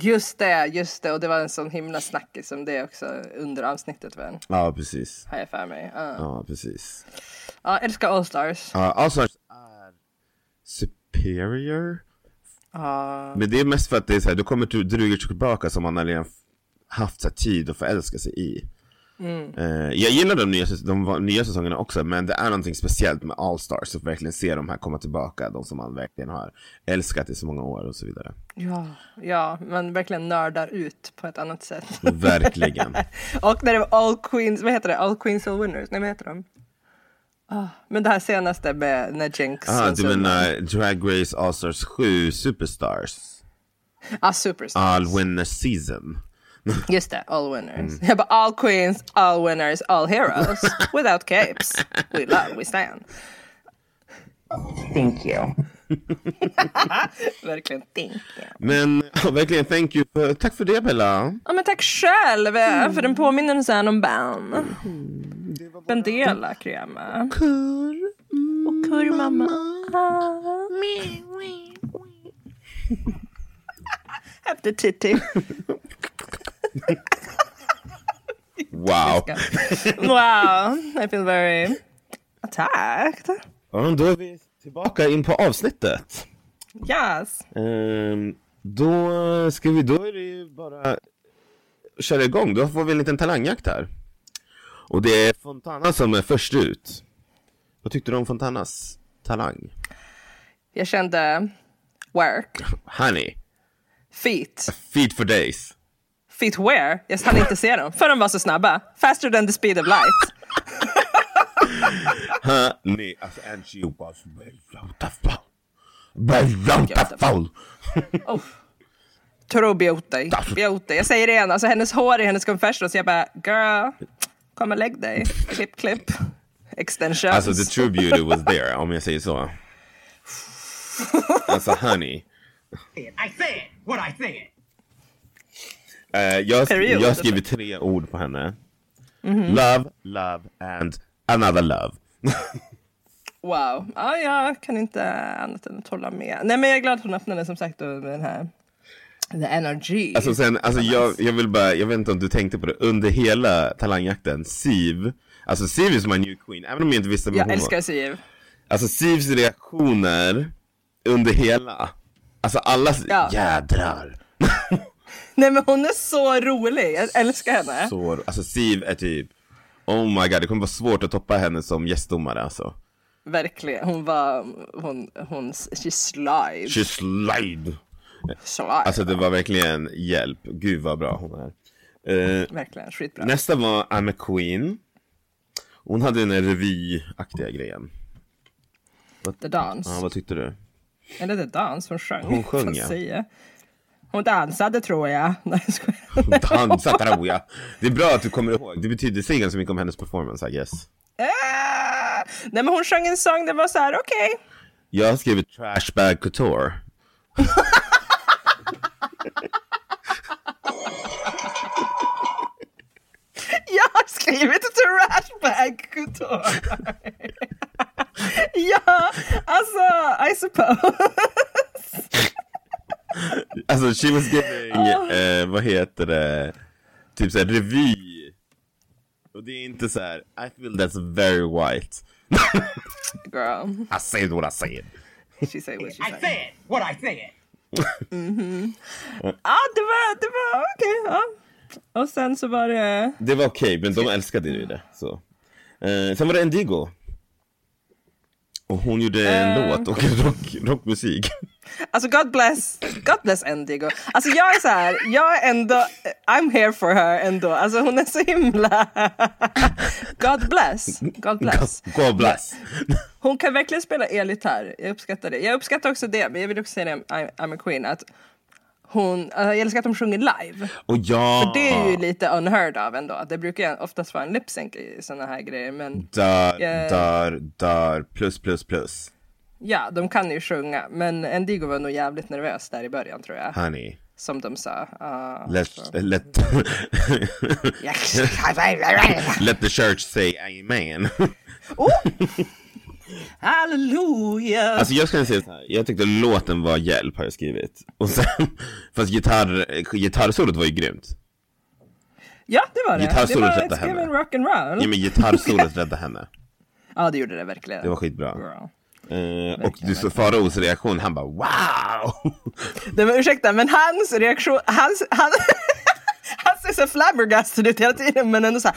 Just det, just det. Och det var en sån himla snackis om det också under avsnittet väl, Ja, precis. har jag för mig. Ja, Ja, precis. Ja, älskar All Stars. Ja, Allstars Uh, är superior. Men det är mest för att det är så här, då kommer du drugor tillbaka som man har redan haft så här, tid att förälska sig i. Eh, jag gillar de nya, säs- de va- nya säsongerna också, men det är någonting speciellt med Allstars, att verkligen se de här komma tillbaka, de som man verkligen har älskat i så många år och så vidare. Ja, ja, man verkligen nördar ut på ett annat sätt. Verkligen. och när det var All Queens, vad heter det? All Queens All Winners? Nej, vad heter de? Ah, men det här senaste med när Jenks... alltså- Ah, du som- menar Drag Race Allstars 7 Superstars? Ah, Superstars. All Winner Season. Just det, All Winners. Mm. Jag bara All Queens, All Winners, All *laughs* Heroes. Without capes. We love, we stand. Thank you. Verkligen. Thank you. Men ja, verkligen, thank you. För, tack för det Bella. Ja, men tack själv eh, Mm. för den påminnelsen om Ben. Bendela Crema. Kur. Ah. Kurr mamma. Efter *laughs* Titti. Wow. Wow, I feel very Ah, attacked. Ja, då är vi tillbaka in på avsnittet. Yes. Ehm, då ska vi, då är det ju bara köra igång. Då får vi en liten talangjakt här. Och det är Fontana som är först ut. Vad tyckte du om Fontanas talang? Jag kände work, Honey, feet, feed for days. feet where? Jag hann inte se dem, för de var så snabba. Faster than the speed of light. Honey, as and she alltså, was beautiful. Beautiful. Tro beauty. beauty. Jag säger det igen, alltså hennes hår i hennes confession, så jag bara girl, kom och lägg dig. Klipp, klipp. Extensions. Alltså the true beauty was there, om jag säger så. Alltså honey. I said what I said. Eh, jag, Period. alltså. Mhm. jag skriver tre ord på henne. Love, love and another love. *laughs* Wow. Ja, jag kan inte annat än att hålla med. Nej, men jag är glad att hon öppnade som sagt då med den här the energy. Alltså sen, alltså jag, jag vill bara, jag vet inte om du tänkte på det, under hela talangjakten, Siv, alltså Siv är som en new queen, även om jag inte visste vem jag hon älskar var. Siv. Alltså Sivs reaktioner under hela, alltså alla, Ja. jädrar. Nej, men hon är så rolig. Jag älskar henne. Så, alltså Siv är typ, oh my god, det kommer vara svårt att toppa henne som gästdomare alltså. Verkligen. Hon var, hon, hon, she slide. She slide. slide. Alltså det var verkligen hjälp, gud vad bra hon är. Eh, Verkligen, skitbra. nästa var Anna Queen. Hon hade den här revyaktiga grejen. The Dance. Ja, vad tyckte du? Eller The Dance, hon sjöng. Hon sjöng, Vad ja. säger jag? Hon dansade tror jag. *laughs* Nej, jag skojar. *laughs* Dansa tror jag. Det är bra att du kommer ihåg. Det betyder sig ganska mycket om hennes performance, I guess. Ah! Nej, men hon sjöng en sång, det var så här, okej. *laughs* Jag har skrivit Trash Bag Couture. Jag har skrivit trash bag couture. *laughs* ja, alltså I suppose. *laughs* Alltså, she was giving, eh, vad heter det, typ såhär revy. Och det är inte så här. I feel that's very white. *laughs* Girl, I say what I say. she say what she I say. said what I said. Ja, Ah, det var, det var okej. ja. Och sen så var det, Det var okej, men de älskade Mm. ju det. Så. Eh, sen var det Indigo. Och hon gjorde en Eh. låt och rock, rockmusik. alltså God bless, God bless Endigo. Alltså jag är så här, jag är ändå, I'm here for her ändå. Alltså hon är så himla, God bless, God bless. *laughs* God bless. Hon kan verkligen spela elgitarr. Jag uppskattar det. Jag uppskattar också det, men jag vill också säga det om I'm, I'm a Queen. Att hon, eh, jag älskar att de sjunger live. Och ja! Det är ju lite unheard of ändå. Det brukar ju oftast vara en lip sync i sådana här grejer. Men Dör, Eh. dör, dör, plus, plus, plus. ja, de kan ju sjunga. Men Endigo var nog jävligt nervös där i början tror jag. Honey, Som de sa. ah, let, let, *laughs* let the church say amen. *laughs* Halleluja! alltså jag skulle säga så här, jag tyckte låten var hjälp har jag skrivit. Och sen, *laughs* fast gitarr, gitarrsolot var ju grymt. Ja, det var det. Det Gitarrsolot var räddade It's given henne. rock and roll. Ja *laughs* men gitarrsolot räddade henne. Ja, det gjorde det verkligen. Det var skitbra. Girl. Eh, och du såg Faraos reaktion, han bara wow! Nej, men ursäkta, men hans reaktion, hans, han, *laughs* han ser så flabbergasted ut hela tiden men ändå så här,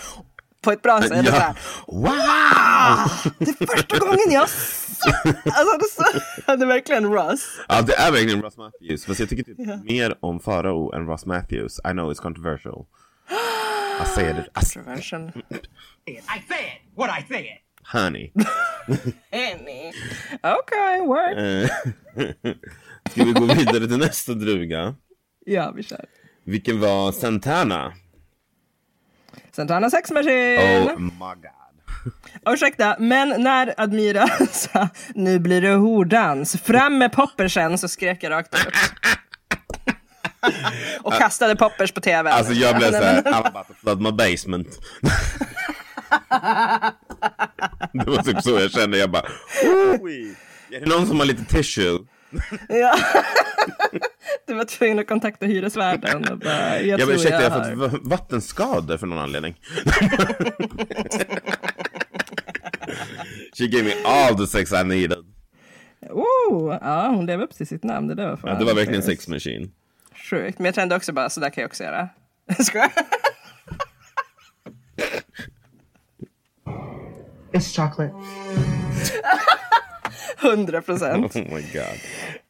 på ett bra sätt. Ja. Så *laughs* ja. här, "Ah, Wow! det är första gången jag såg... Alltså, det, så, *laughs* han är verkligen Russ. Ja det är verkligen Ross Matthews, fast jag tycker typ mer om Farao än Ross Matthews. I know it's controversial. I säger det, I say Version. I said what I said. honey. Annie. Okej, work. Eh, Ska vi gå vidare till nästa druga? Ja, vi kör. Vilken var Santana? Santana sexmaskin. Oh my god. Ursäkta, men när Admira *laughs* sa nu blir det hordans, fram med poppersen, så skrek jag rakt *laughs* ut. Och kastade poppers på tvn. Alltså jag blev Nej, såhär, men- I'm about to flood my basement. *laughs* det var typ så jag kände, jag bara, "Oj." Är det någon som har lite tissue? Ja. *laughs* Du var tvungen att kontakta hyresvärden och bara, jag, Jag, tror jag ursäkta, jag jag har har... fått va- vattenskador för någon anledning. She gave me all the sex I needed. Oh, ja, hon lever upp till sitt namn. Det, där var fan Ja, det var verkligen seriöst. sex machine. Sjukt. Men jag kände också bara, så där kan jag också göra. *laughs* Skojar. It's chocolate. 100 procent. Oh my god.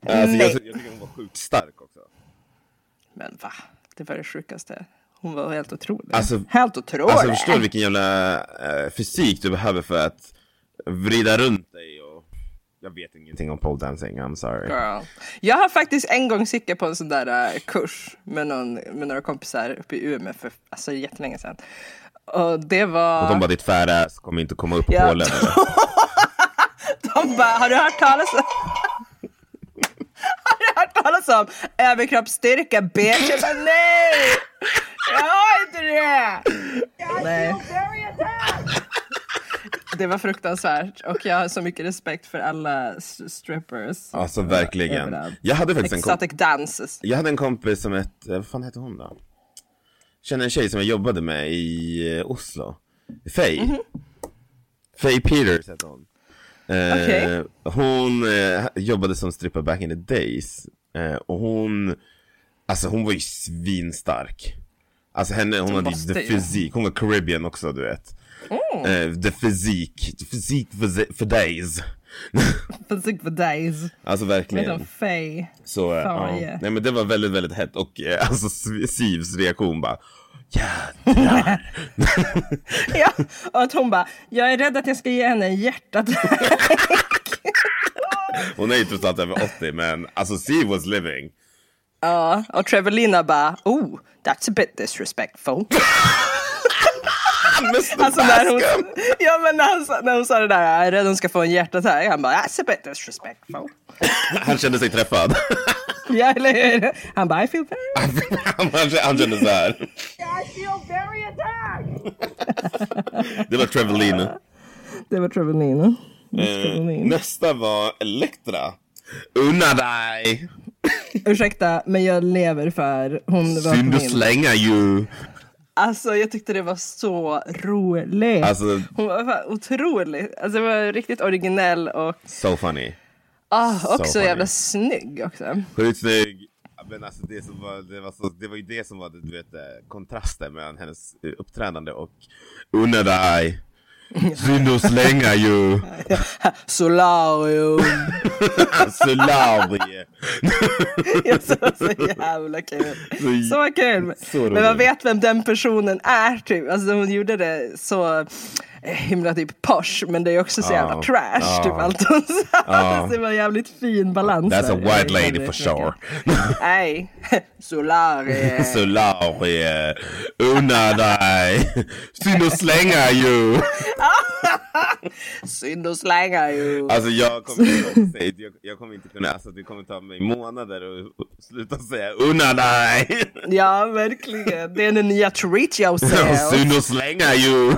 Alltså, jag, jag tycker hon var sjukt stark också. Men va? Det var det sjukaste. Hon var helt otrolig. Alltså- helt otrolig! Alltså förstår du vilken jävla eh, fysik du behöver för att vrida runt dig och... Jag vet ingenting om pole dancing, I'm sorry. Girl. Jag har faktiskt en gång cyklat på en sån där eh, kurs med, någon, med några kompisar uppe i Umeå för alltså, jättelänge sedan. Och det var... Och de bara, ditt fat ass kommer inte komma upp på Ja. pålen. eller? *laughs* De bara, har du hört talas om... *laughs* har du hört talas om överkroppsstyrka, bitch? Jag bara, nej! Jag har inte det! Nej. Very attacked. Det var fruktansvärt och jag har så mycket respekt för alla s- strippers. *laughs* Alltså verkligen. Överallt. Jag hade faktiskt en kompis. Exotic dances. Jag hade en kompis som hette, vad fan hette hon då? Känner en tjej som jag jobbade med i eh, Oslo. Faye. Mhm. Faye Peters hette hon. Eh, Okej. Hon eh, jobbade som strippa back in the days. Eh, och hon, alltså hon var ju svinstark. Alltså henne, hon hade ju måste the ju. Mm. fysik, hon var Caribbean också du vet. Eh, the fysik, the fysik för, för days. *laughs* Fysik för days. Alltså Vet verkligen. du, Faye. Så, eh, Fan, ja. yeah. Nej men det var väldigt, väldigt hett och eh, *laughs* alltså Siv- Sivs reaktion bara Jädrar! *laughs* Ja, och att hon bara, jag är rädd att jag ska ge henne en hjärtattack. Hon är ju trots allt över 80 men alltså Siv was living. Ja, *laughs* och Trevelina bara, oh, that's a bit *laughs* disrespectful. Mr. Alltså när hon, ja, men när, hon, sa- när hon sa det där, jag är rädd hon ska få en hjärtattack. Han bara, that's a bit disrespectful. *laughs* Han kände sig träffad. *laughs* Ja, eller hur? Han bara, I feel very... han, han, han kände så här. I feel very attacked. Det var Trevelina. Det var Trevelina. Eh, nästa var Elektra. Unna dig! Ursäkta, men jag lever för hon var Synd att min. slänga ju! Alltså jag tyckte det var så roligt. Alltså, Hon var fan otrolig. Alltså det var riktigt originell och so funny. ah, Så också funny. jävla snygg *laughs* också. Sjukt snygg. Men alltså det, som var, det, var så, det var ju det som var du vet, eh, kontrasten mellan hennes eh, uppträdande och Unna dig! Synd att slänga ju! Solarium. Solarie! Jag tyckte det var *laughs* så jävla kul. Så- Så kul. Så roligt. men man vet vem den personen är typ. Alltså hon gjorde det så eh, himla typ posh men det är också så jävla Ja. trash Ja. typ allt hon sa. *laughs* Ja. Det var en jävligt fin balans. That's där. a white Jag lady gillade for det sure! *laughs* mycket. Nej, *laughs* Solari. Solarie! Unna dig! Synd att slänga ju! Synd att slänga ju. Alltså jag kommer inte, säga- jag, jag kommer inte kunna, alltså det kommer ta mig månader att sluta säga Unna dig! Ja, verkligen. Det är den nya treat yourself. *laughs* Synd att slänga ju!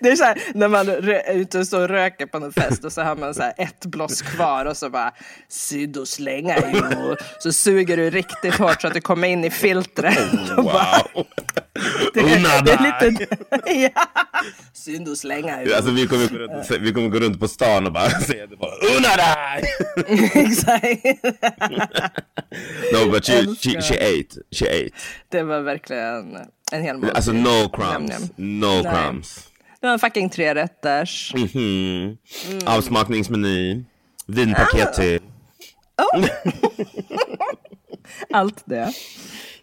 Det är så här, när man rö- är ute och står och röker på någon fest och så har man så här ett bloss kvar och så bara sydd och slänga jo. Så suger du riktigt hårt så att du kommer in i filtret. *laughs* Och bara, Oh, *laughs* Wow! det, Unna det är dig! lite, *laughs* ja, synd och slänga jo. Alltså vi kommer, gå runt, vi kommer gå runt på stan och bara *laughs* säga det bara Unna dig! Exakt. No but she, Älskar. she, she ate, she ate. Det var verkligen en hel måltid. Alltså no Nam, nam. crumbs, no Nej. crumbs. Det var en fucking trerätters. Mhm. Mm. Avsmakningsmeny, vinpaket till. Allt det.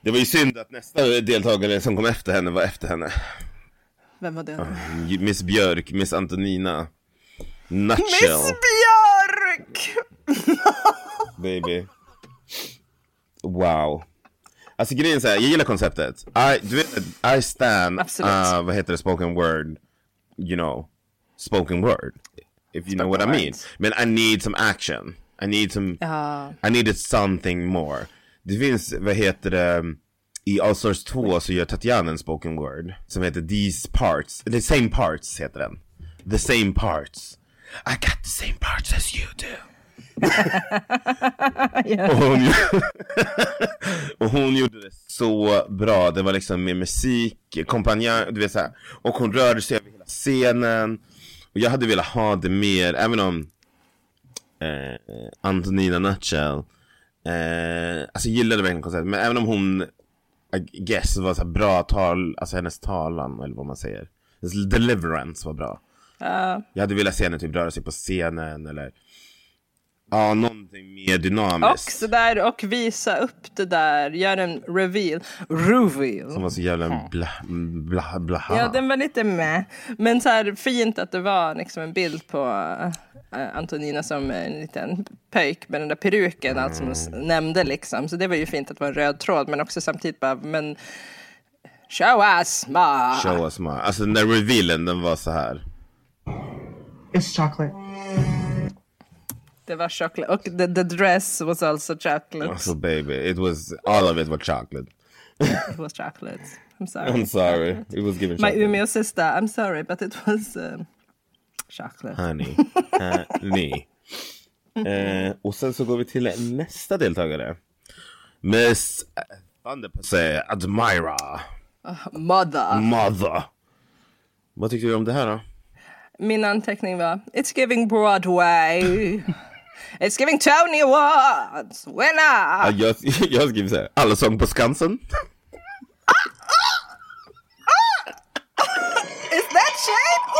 Det var ju synd att nästa deltagare som kom efter henne var efter henne. Vem var det? Ah, Miss Björk, Miss Antonina. Miss Nutshell Björk! baby. Wow. Alltså grejen är så här, jag gillar konceptet. I, du vet, I stan, Absolut. uh, vad heter det, spoken word, you know, spoken word. If you know what I mean. words. Men I need some action. I need some, Ja. I needed something more. Det finns, vad heter det, i Allstars 2 så gör Tatjana en spoken word som heter These parts, the same parts heter den. The same parts. I got the same parts as you *laughs* do. Ja. Och hon, och hon gjorde det så bra. Det var liksom med musik, kompanjong, du vet så här. Och hon rörde sig över hela scenen. Och jag hade velat ha det mer, även om eh, Antonina Nutshell, eh, alltså gillade verkligen konserten, men även om hon, I guess, var så här bra tal, alltså hennes talan, eller vad man säger, hennes deliverance var bra. Jag hade velat se henne typ röra sig på scenen eller Ja, någonting mer Och dynamiskt. sådär, och visa upp det där, gör en reveal. Som Reveal. var så jävla bla, bla, bla. Ja, den var lite med. Men så här fint att det var liksom en bild på eh, Antonina som en liten pöjk med den där peruken, allt som hon s- nämnde liksom. Så det var ju fint att det var en röd tråd, men också samtidigt bara, men show us ma! Show us more. Alltså den där revealen, den var så här. It's chocolate. Det var choklad, och the, the dress was also chocolate. Alltså baby, it was, all of it was chocolate. It was chocolate. I'm sorry. I'm sorry, it was given My chocolate. Umeå sister, I'm sorry but it was um, chocolate. Honey, honey. eh, och sen så går vi till nästa deltagare. Miss eh, Thunderpuss eh, Admira, Mother. mother. Vad tyckte du om det här då? Min anteckning var It's giving Broadway. It's giving Tony Awards. Ja, Winner! jag, jag skriver såhär, Allsång på Skansen. Is that shade? *laughs*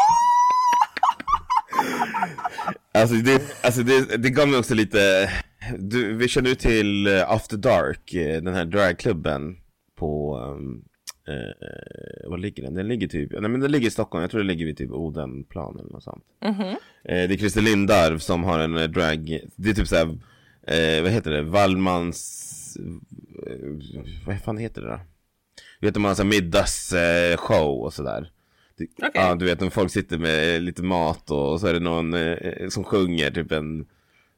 Ooh! Alltså det, alltså det, det gav mig också lite, du, vi känner ju till eh, After Dark, eh, den här dragklubben på, um, eh, var ligger den? Den ligger typ, nej men den ligger i Stockholm, jag tror den ligger vid typ Odenplan eller något sånt. Eh, det är Christer Lindarw som har en eh, drag, det är typ såhär, eh, vad heter det, Wallmans, eh, vad fan heter det då? Du vet de har en sån här middagsshow eh, show och sådär. Det- Okej. Ja, du vet när folk sitter med eh, lite mat och, och så är det någon eh, som sjunger typ en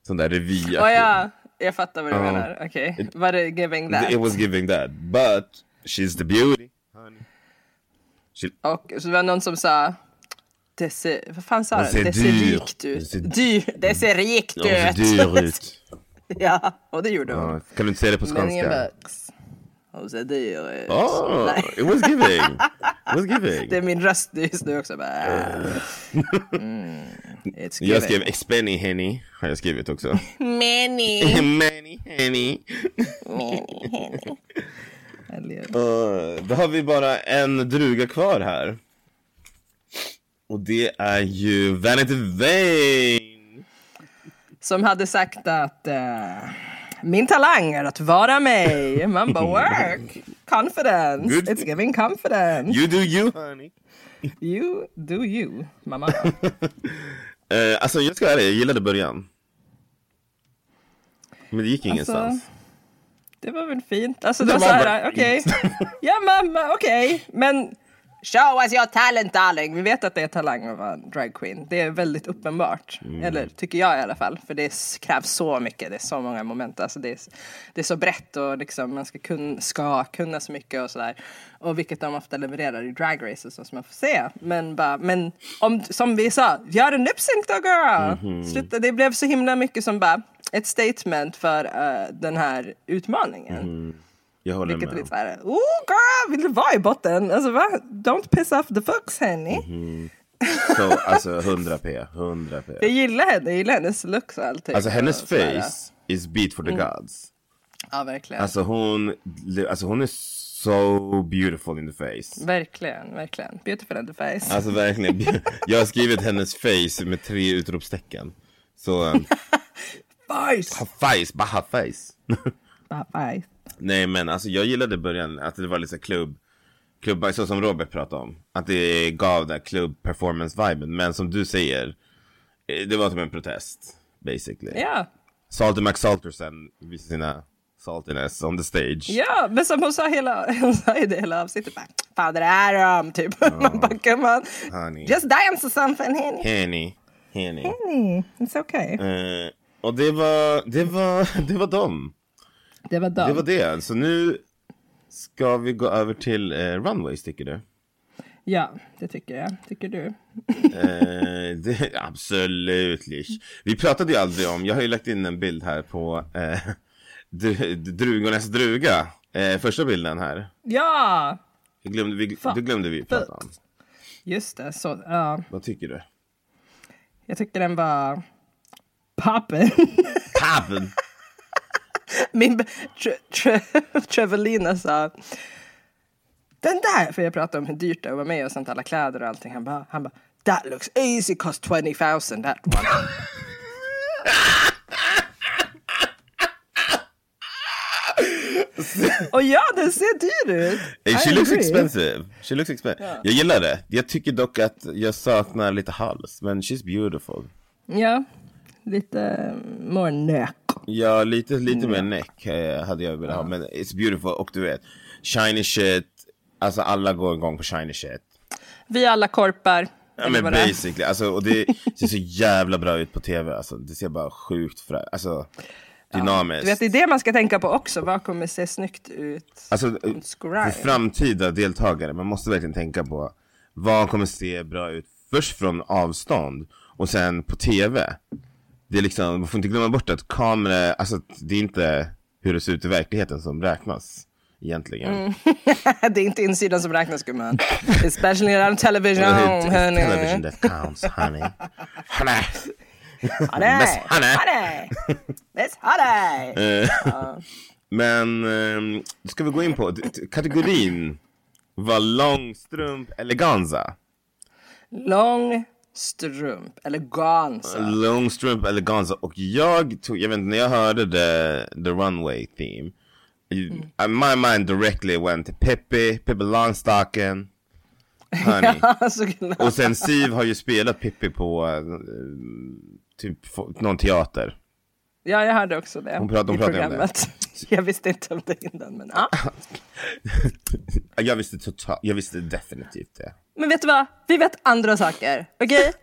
sån där revy. Oh, ja, jag fattar vad du Ja. menar. Okej, var det giving that? It was giving that. But she's the beauty. Och så var det någon som sa det ser, vad fan sa Hon den? ser Det ser dyr. rikt ut. Det ser- Dyr. Det ser rikt Hon ser *laughs* dyr ut. ut. ja, och det gjorde hon. Ja, kan du inte säga det på Många skånska? bucks. Hon ser dyr ut. Oh, Nej. it was giving. It was giving. Det är min röst just nu också. Bara, *laughs* mm, it's giving. Jag skrev expenny henny, har jag skrivit *laughs* också. *laughs* Many. Many henny. Eller- Eh, då har vi bara en druga kvar här. Och det är ju Vanity Vain! Som hade sagt att eh, min talang är att vara mig. Man bara work. Confidence. Good. It's giving confidence. You do you honey! You do you, mamma. Eh, alltså jag ska vara ärlig, jag gillade början. Men det Alltså, gick ingenstans. Det var väl fint. Alltså det var Det var såhär, bara- okej. Ja mamma, okej. Men show us your talent darling. Vi vet att det är talang att vara en drag queen. Det är väldigt uppenbart. Eller tycker jag i alla fall. För det s- krävs så mycket. Det är så många moment. Alltså det, är, s- det är så brett och liksom man ska, kun, ska kunna så mycket och sådär. Och vilket de ofta levererar i drag race och så som man får se. Men, bara, men om, som vi sa, gör en lip sync då girl. Sluta, det blev så himla mycket som bara ett statement för eh, den här utmaningen. Jag håller Vilket är med. lite såhär, oh girl, vill du vara i botten? Alltså va? Don't piss off the fox honey. Mhm. Så, alltså 100 p, 100 p. Jag gillar henne, jag gillar hennes looks och allting. Alltså hennes Och sådär. face is beat for the Mm. gods. Ja verkligen. Alltså hon, alltså hon är so beautiful in the face. Verkligen, verkligen. Beautiful and the face. Alltså verkligen, jag har skrivit hennes face med tre utropstecken. Så, um, Face! ha face, bara ha face. Bara face. Nej men alltså jag gillade början, att det var lite så här klubb, klubbar, så som Robert pratade om. Att det gav den här klubb performance viben men som du säger, eh, det var typ en protest. Basically. Ja, Salty McSalterson visar sina saltiness on the stage. ja, men som hon sa hela, *laughs* hon sa i det hela avsnittet bara, fan det där är de, typ. Man bara, come on. Honey. Just dance or something honey. Henny. Henny. It's okay. Eh, och det var, det var, *laughs* det var dem. Det var Det dem. var det. Så nu ska vi gå över till eh, runways tycker du? Ja, det tycker jag. Tycker du? Eh, det, absolut. Vi pratade ju aldrig om, jag har ju lagt in en bild här på eh, dru- Drugornas druga. Eh, första bilden här. Ja! Jag glömde, vi, Fan. du glömde vi prata om. Just det, så, ja. Vad tycker du? jag tyckte den var poppen. Paven! Min be- tre, tre, *laughs* Trevelina sa den där, för jag pratade om hur dyrt det var med och sånt, alla kläder och allting. Han bara, han bara that looks easy cost 20,000 that one. och ja, den ser dyr ut. Eh, She I looks agree. expensive. She looks expensive. Jag gillar det. Jag tycker dock att jag saknar lite hals, men she's beautiful. Ja, lite eh, more neck. Ja, lite, lite mer neck eh, hade jag velat ha. Men it's beautiful och du vet, shiny shit. Alltså alla går igång på shiny shit. Vi alla korpar. Ja men basically, alltså, och *laughs* det ser så jävla bra ut på tv, alltså, det ser bara sjukt fräscht, alltså dynamiskt. Du vet, det är det man ska tänka på också. Vad kommer se snyggt ut? alltså, Subscribe. för framtida deltagare, man måste verkligen tänka på vad kommer se bra ut först från avstånd och sen på tv. Det är liksom, man får inte glömma bort att kamera, alltså att det är inte hur det ser ut i verkligheten som räknas egentligen. *laughs* det är inte insidan som räknas gumman. Especially on television. Eller hur- it's honey. television that counts, honey. honey. Honey, Miss Honey. honey. Eh. Miss honey. Men ehm, då ska vi gå in på t- t- kategorin var långstrump eleganza. Lång strump. Eleganza. Långstrump eleganza och jag tog, jag vet inte, när jag hörde the, the runway theme, you- uh, my mind directly went to Pippi, Pippi Longstocking, honey. Såklart. Och sen Siv har ju spelat Pippi på eh, typ få- någon teater. *laughs* Ja, jag hörde också det. Hon pratade- hon i pratade om det. programmet. *laughs* Jag visste inte om det innan. Men, ja. Uh, jag visste totalt, jag visste definitivt det. men vet du vad? Vi vet andra saker. Okej?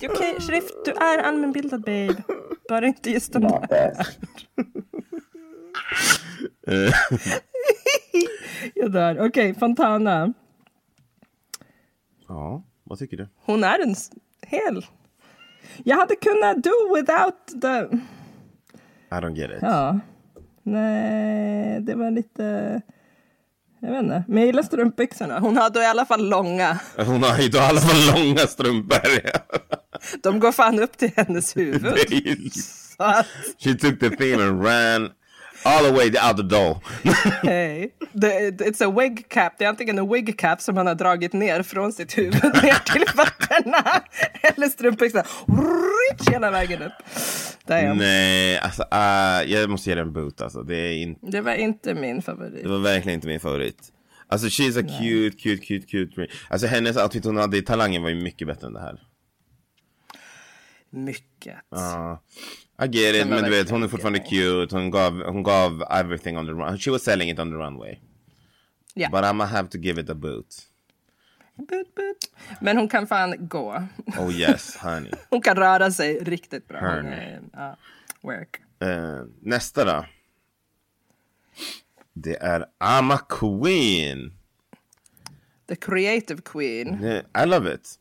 Det är Okej, Sheriff. Du är allmänbildad, babe. Bara inte just den där. *laughs* Jag dör. Okej, Fontana. Ja, vad tycker du? Hon är en s- hel. Jag hade kunnat do without the... I don't get it. Ja. Nej, det var lite... Jag vet inte. Men jag gillar strumpbyxorna. Hon hade i alla fall långa. *laughs* Hon har ju då i alla fall långa strumpor. *laughs* De går fan upp till hennes huvud. Så att, She took the theme and ran all the way out the door. *laughs* hej. Det- det- It's a wig cap. Det är antingen en wig cap som han har dragit ner från sitt huvud ner till fötterna. Eller strumpbyxorna. Rrrt, Hela vägen upp. Där är hon. Nej, alltså ah, jag måste ge den boot alltså. Det, är in, Det var inte min favorit. det var verkligen inte min favorit. Alltså she's a cute, cute, cute, cute. re- Alltså hennes outfit hon hade i Talangen var ju mycket bättre än det här. Mycket. Ja. I Ah. get it, Den var men du vet verkligen hon är fortfarande cute. Hon gav, hon gav everything on the run. She was selling it on the runway. Ja. But I'm have to give it a boot. But, but. Men hon kan fan gå. *laughs* Oh yes, honey. Hon kan röra sig riktigt bra. Hon Hörni. är, ja, work. Eh, nästa då. Det är Ama Queen. The creative queen. Eh, I love it.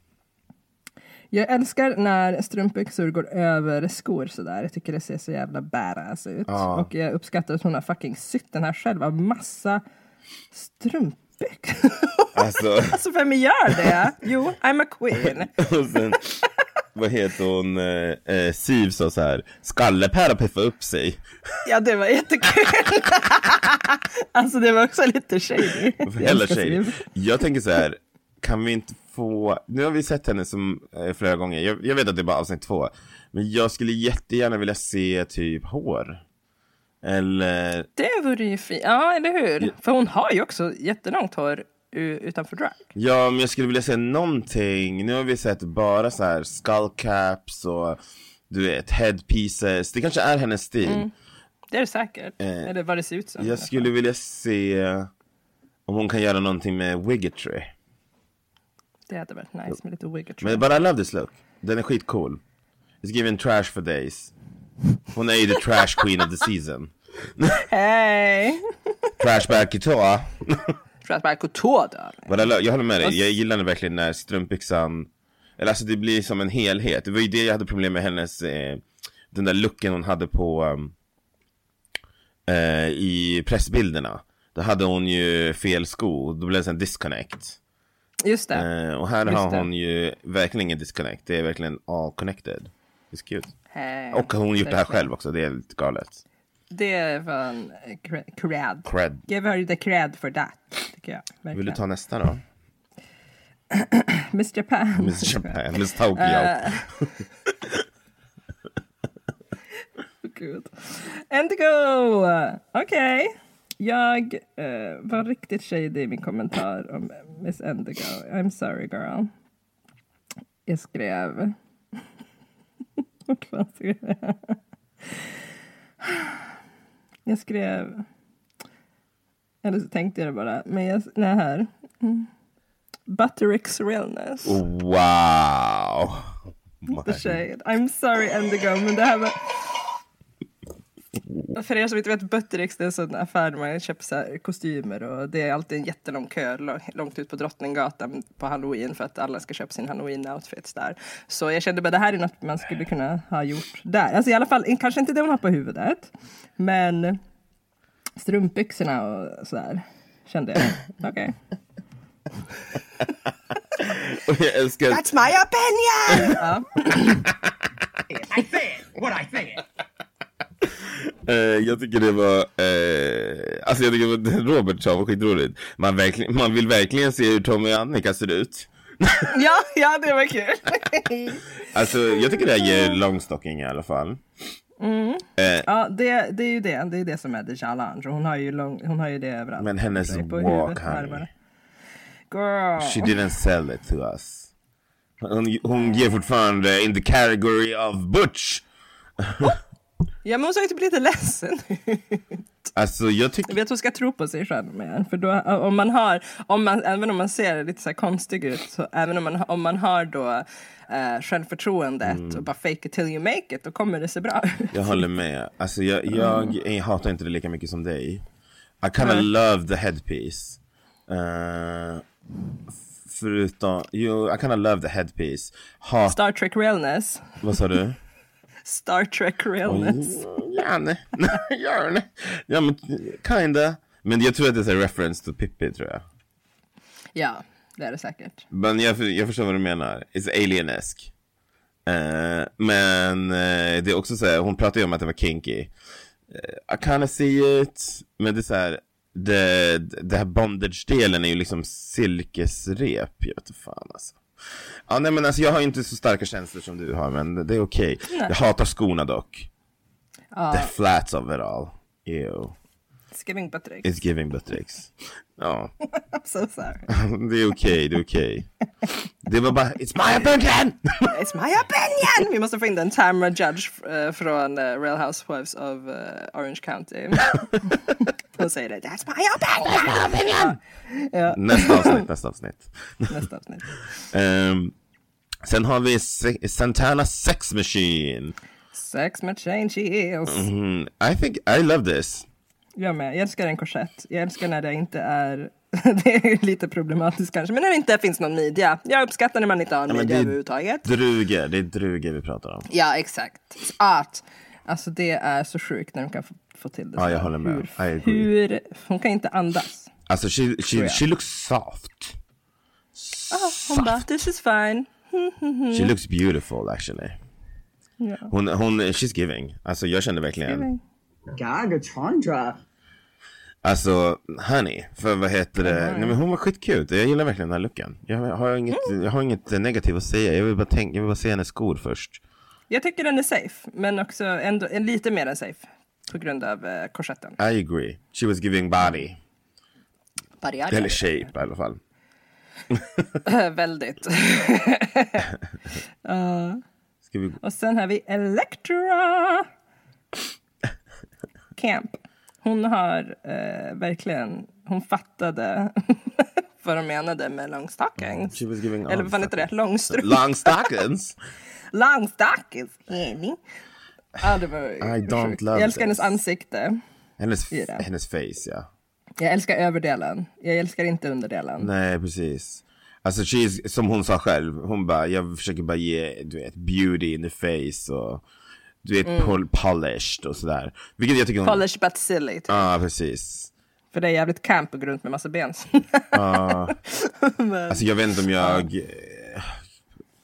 Jag älskar när strumpbyxor går över skor sådär. Jag tycker det ser så jävla badass ut. Och jag uppskattar att hon har fucking sytt den här själv av massa strumpbyxor. Alltså, *laughs* alltså vem gör det? Jo, I'm a queen. *laughs* och sen, vad heter hon? Eh, eh, Siv sa så här, skallepär och piffa upp sig. Ja, det var jättekul. *laughs* alltså det var också lite *laughs* shady. Jag Eller älskar tjej. Siv. Jag tänker så här, kan vi inte få, nu har vi sett henne som eh, flera gånger, jag, jag vet att det är bara avsnitt två, men jag skulle jättegärna vilja se typ hår. Eller, Det vore ju fint. Ja, eller hur? För hon har ju också jättelångt hår u- utanför drag. ja men jag skulle vilja se någonting, nu har vi sett bara så här skullcaps och du vet headpieces, det kanske är hennes stil. Det är det säkert. Eller vad det ser ut som. Jag skulle vilja se eh, om hon kan göra någonting med Wiggetry. Det hade varit nice med lite wiggatry. Men but I love this look. Den är skitcool. It's given trash for days. Hon är ju the trash queen of the season. Hej! Trash bag guitar. För att Marco Tudor. Vad det lö- Jag håller med dig, jag gillade verkligen när strumpbyxan, eller alltså det blir som en helhet. Det var ju det jag hade problem med hennes, eh, den där looken hon hade på, um, eh, i pressbilderna. Då hade hon ju fel sko, då blev det en disconnect. Just det. Eh, och här har Just det. hon ju verkligen ingen disconnect, det är verkligen all connected. It's cute. Eh, Och hon har gjort det här verkligen. själv också, det är lite galet. Det är fan eh, cre- cred. Cred. Give her the cred for that. Tycker jag. Vill du Verkligen. ta nästa då? Miss Japan. *laughs* Miss Japan, Miss Tokyo. Eh. Gud. Indigo! Okej. Jag eh, var riktigt shady i min kommentar om Miss Indigo. I'm sorry girl. Jag skrev... *laughs* Vad fan skrev jag? Jag skrev... Eller så tänkte jag det bara. Men jag... Nej, här. Mm. Butterick's realness. Wow! the shade. I'm sorry Endigo, men det här var... För er som inte vet, Buttericks det är en sån affär där man köper så här kostymer och det är alltid en jättelång kö lo- långt ut på Drottninggatan på halloween för att alla ska köpa sin halloween-outfits där. Så jag kände bara det här är något man skulle kunna ha gjort där. Alltså i alla fall, kanske inte det hon har på huvudet, men strumpbyxorna och sådär kände jag. Okej. Och *laughs* jag älskar That's my opinion! ja. I said what I said. Eh, jag tycker det var, eh, alltså jag tycker det var, *laughs* Robert sa var skitroligt. Man, verkligen, man vill verkligen se hur Tommy och Annika ser ut. ja, ja, det var kul. Alltså jag tycker det här ger långstocking i alla fall. Mm. Eh, Ja, det, det är ju det. Det är det som är the challenge. Hon har ju, lång, hon har ju det överallt. Men hennes På walk, huvudet, armarna. honey. She Girl. didn't sell it to us. Hon, hon ger fortfarande in the category of butch. Ja, men hon ser ju typ lite ledsen *laughs* Alltså jag Jag tycker, vet hon ska tro på sig själv mer. För då, om man har, om man, även om man ser lite så här konstig ut, så även om man, om man har då eh, självförtroendet och bara fake it till you make it, då kommer det se bra ut. *laughs* jag håller med. Alltså jag, jag, Mm. jag hatar inte det lika mycket som dig. I kinda love the headpiece. Eh, förutom, jo, I kinda love the headpiece. Hat, Star Trek realness. vad *laughs* sa du? Star Trek realness. Janne. Janne. *laughs* Ja men kinda. Men jag tror att det är så här reference to Pippi tror jag. Ja, det är det säkert. Men jag, jag förstår vad du menar. It's alienesk. Eh, men eh, det är också så här, hon pratar ju om att det var kinky. Eh, I kinda see it. Men det är så här, det, det här bondage-delen är ju liksom silkesrep. Jag vet inte fan alltså. Ja, nej men alltså jag har ju inte så starka känslor som du har men det är okej. Jag hatar skorna dock. The flats of it all. Ew. Skriving Patrick. It's giving buttricks. Ja, I'm so sorry. det är okej, det är okej. Det var bara, it's my opinion! It's my opinion! Vi måste få in den Tamra Judge eh, från eh, Real Housewives of eh, Orange *laughs* County. Hon säger det. That's my opinion! nästa avsnitt, nästa avsnitt. Nästa avsnitt. Ehm, sen har vi Se- Santana Sex Machine. Sex med change is. Mm, I think, I love this. Jag med. Jag älskar en korsett. Jag älskar när det inte är... *laughs* det är ju lite problematiskt kanske, men när det inte finns någon midja. Jag uppskattar när man inte har en men midja det- överhuvudtaget. Druger, det är druger vi pratar om. Ja, exakt. Art. Alltså det är så sjukt när de kan få, få till det. Ja, så här. jag håller med. I agree. Hur, hur, hon kan inte andas. Alltså she, she, she looks soft. Hon bara, this is fine. She looks beautiful actually. Hon, hon, she's giving. Alltså jag kände verkligen. Gaga Chandra. Alltså, honey, för vad heter det? Nej men hon var skitkul. Jag gillar verkligen den här looken. Jag har inget, Mm. jag har inget eh, negativt att säga. Jag vill bara tänka, jag vill bara se hennes skor först. Jag tycker den är safe, men också ändå, en lite mer än safe. På grund av eh, korsetten. I agree. She was giving body. Barriär. Eller shape i alla fall. *laughs* Väldigt. *laughs* Ska vi... Och sen har vi Elektra. Camp. Hon har eh, verkligen, hon fattade *laughs* vad de menade med long stockings. She was giving Eller vad fan heter det? Långstrump. Long stockings. Long stockings. Jenny. Ja, det var I don't sjukt. love Jag älskar hennes this. ansikte. Hennes, I det. hennes face ja. Jag älskar överdelen. Jag älskar inte underdelen. Nej, precis. Alltså, she's, som hon sa själv, hon bara, jag försöker bara ge, du vet, beauty in the face och du vet, Mm. pol- polished och sådär. Vilket jag tycker hon... Polish but silly. Typ. Ja, precis. För det är jävligt camp och gå runt med massa ben. *laughs* Men, Alltså jag vet inte om jag...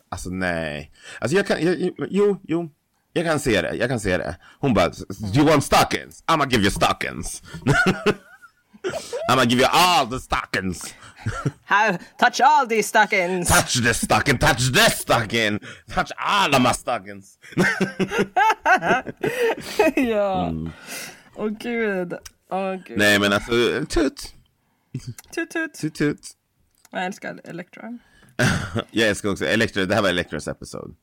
Alltså nej. Alltså jag kan, jag, jo, jo. Jag kan se det, jag kan se det. Hon bara, do you want stockings? I'ma give you stockings. *laughs* I'ma give you all the stockings. How, touch all these stockings! Touch this stocking, touch this stocking. Touch all of my stockings. *laughs* ja. Åh gud. Åh gud. Mm. nej men alltså, tut, Tut tut. tut, tut. Jag älskar Elektra. Jag älskar också Elektra, det här var Elektras episode.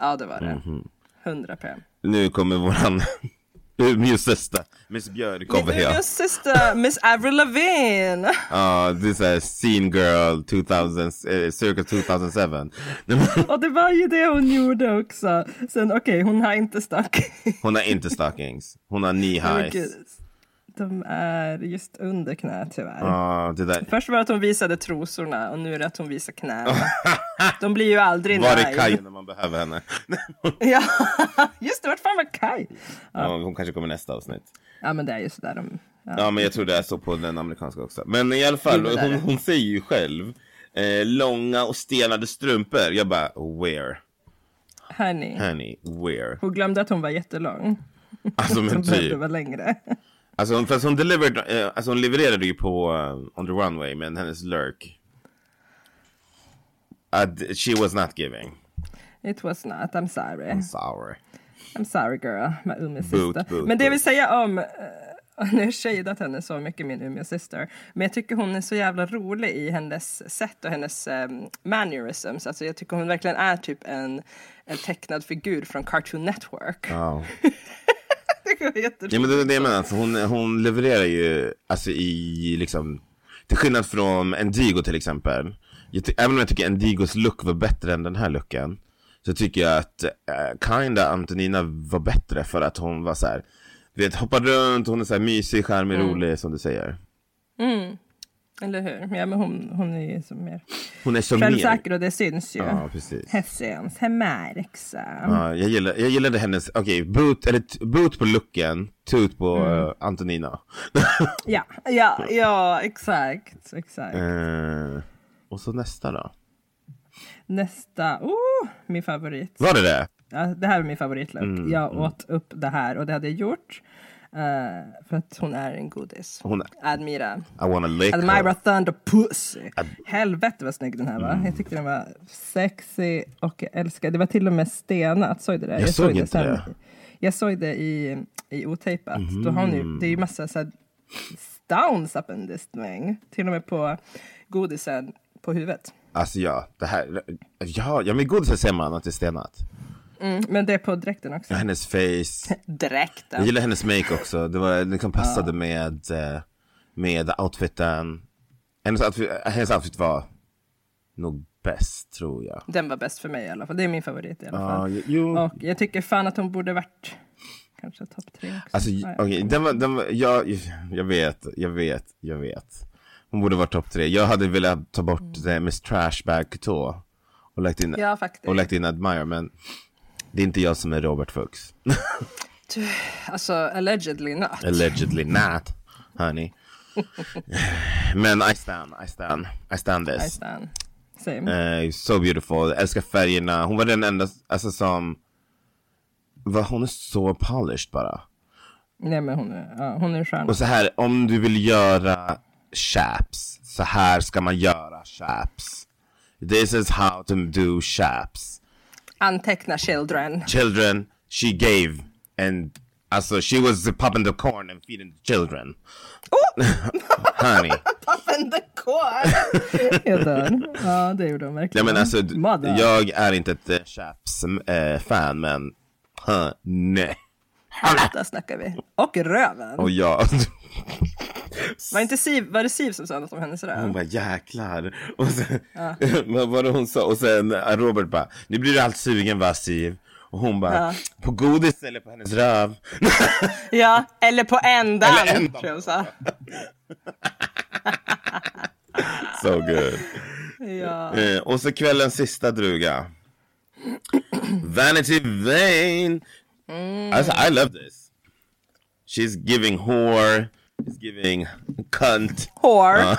Ja det var det. Mhm. 100 p. Nu kommer våran *laughs* Umeåsöster, Miss Björk, kommer här. Min syster, Miss Avril *laughs* Lavigne. Ja, Uh, this is a scene girl 2000, eh, circa 2007. Nej, men Och det var ju det hon gjorde också. Sen okej, hon har inte *laughs* stack. *laughs* Hon har inte stockings. Hon har knee Men highs. gud, De är just under knät tyvärr. Ja, Ah, det där. Först var det att hon visade trosorna och nu är det att hon visar *laughs* knäna. De blir ju aldrig Var är nöjd. Kaj när man *laughs* behöver henne? Ja, *laughs* just det. Vart fan var Kaj? Ja, hon kanske kommer i nästa avsnitt. Ja, men det är ju sådär de... Ja. Ja, men jag tror det är så på den amerikanska också. Men i alla fall, Jo, det är hon, det. hon säger ju själv. Eh, långa och stelade strumpor. Jag bara, where? Honey. Honey, where? Hon glömde att hon var jättelång. Alltså *laughs* men Hon behövde typ. vara längre. *laughs* Alltså, hon- fast hon, delivered, eh, alltså, hon levererade ju på eh, On the Runway, men hennes lurk. Att she was not giving. It was not, I'm sorry. sour. I'm sorry girl, my Umeå Mm. Boot, sister. boot, Men det jag vill boot. säga om, eh, *laughs* nu har jag shadat henne så mycket min Umeå sister. Men jag tycker hon är så jävla rolig i hennes sätt och hennes um, mannerisms. Alltså jag tycker hon verkligen är typ en, en tecknad figur från Cartoon Network. Ja. *laughs* Det är jätteroligt. men det är det jag menar. Alltså, hon, hon levererar ju, alltså i liksom, till skillnad från Endigo till exempel. Jag ty- även om jag tycker Endigos look var bättre än den här looken. Så tycker jag att eh, kinda Antonina var bättre för att hon var så här. Du vet, hoppar runt, hon är så här mysig, charmig, rolig som du säger. Eller hur? Ja, men hon, hon är ju som mer Hon är så mer. självsäker och det syns ju. Ja, precis. Här syns, här märks. Ja, jag, gillar, jag gillade hennes, okej, boot, eller t- boot på looken, tut på eh, Antonina. Ja, ja, ja, exakt, exakt. Eh, och så nästa då. Nästa, oh, min favorit. Var det det? Ja, det här är min favoritlök. Mm, jag åt upp det här och det hade jag gjort. eh, för att hon är en godis. Hon, Admira. I wanna lick Admira her. Thunder Pussy. Helvete vad snygg den här Mm. var. Jag tyckte den var sexy och jag älskade. Det var till och med stenat. Såg du det? Jag såg inte det. Jag såg det i, i otejpat. Då har hon Mhm. ju, det är ju massa så här stones up in this thing. Till och med på godisen på huvudet. Alltså ja, det här, ja, ja men godis ser man att det är stenat. Men det är på dräkten också. Hennes *laughs* face, jag Dräkten. gillar hennes make också, det var, det liksom passade med, eh, med outfiten. Hennes outfit, hennes outfit var nog bäst tror jag. Den var bäst för mig i alla fall. Det är min favorit i alla Ja, fall. jo. Och jag tycker fan att hon borde varit kanske topp tre också. Alltså, Ja, ja. okej, den var, den var, jag, jag vet, jag vet, jag vet. Hon borde vara topp tre. Jag hade velat ta bort eh, Miss Trashbag Couture och lagt in, Mm. Ja, faktiskt. och lagt in Admire, men det är inte jag som är Robert Fuchs. Alltså allegedly not. *laughs* Allegedly not, honey. men I stand, I stand, I stand this. I stand. Same. Eh, so beautiful, älskar färgerna. Hon var den enda, alltså som, va, hon är så polished bara. Nej men hon är, ja, hon är en stjärna. Och så här, om du vill göra chaps, så här ska man göra chaps. This is how to do chaps. Anteckna children. Children, she gave and alltså she was popping the corn and feeding the children. *laughs* Honey. Puffen the corn! *laughs* jag dör. Ja det gjorde hon Nej verkligen. men alltså, d- Mother. jag är inte ett eh, chaps-fan men, huh, nej. Där snackar vi. Och röven. Och jag, Var, inte Siv, var det Siv som sa något om hennes röv? hon bara jäklar. Och sen, *laughs* vad var det hon sa? Och sen eh, Robert bara, nu blir du allt sugen va Siv? Och hon bara, på godis eller på hennes röv? *laughs* Ja, eller på ändan. Eller ändan. tror jag hon sa. So good. Ja. Eh, och så kvällens sista druga. Vanity Vain. Alltså, I love this. She's giving whore. She's giving cunt. Hår. Ja.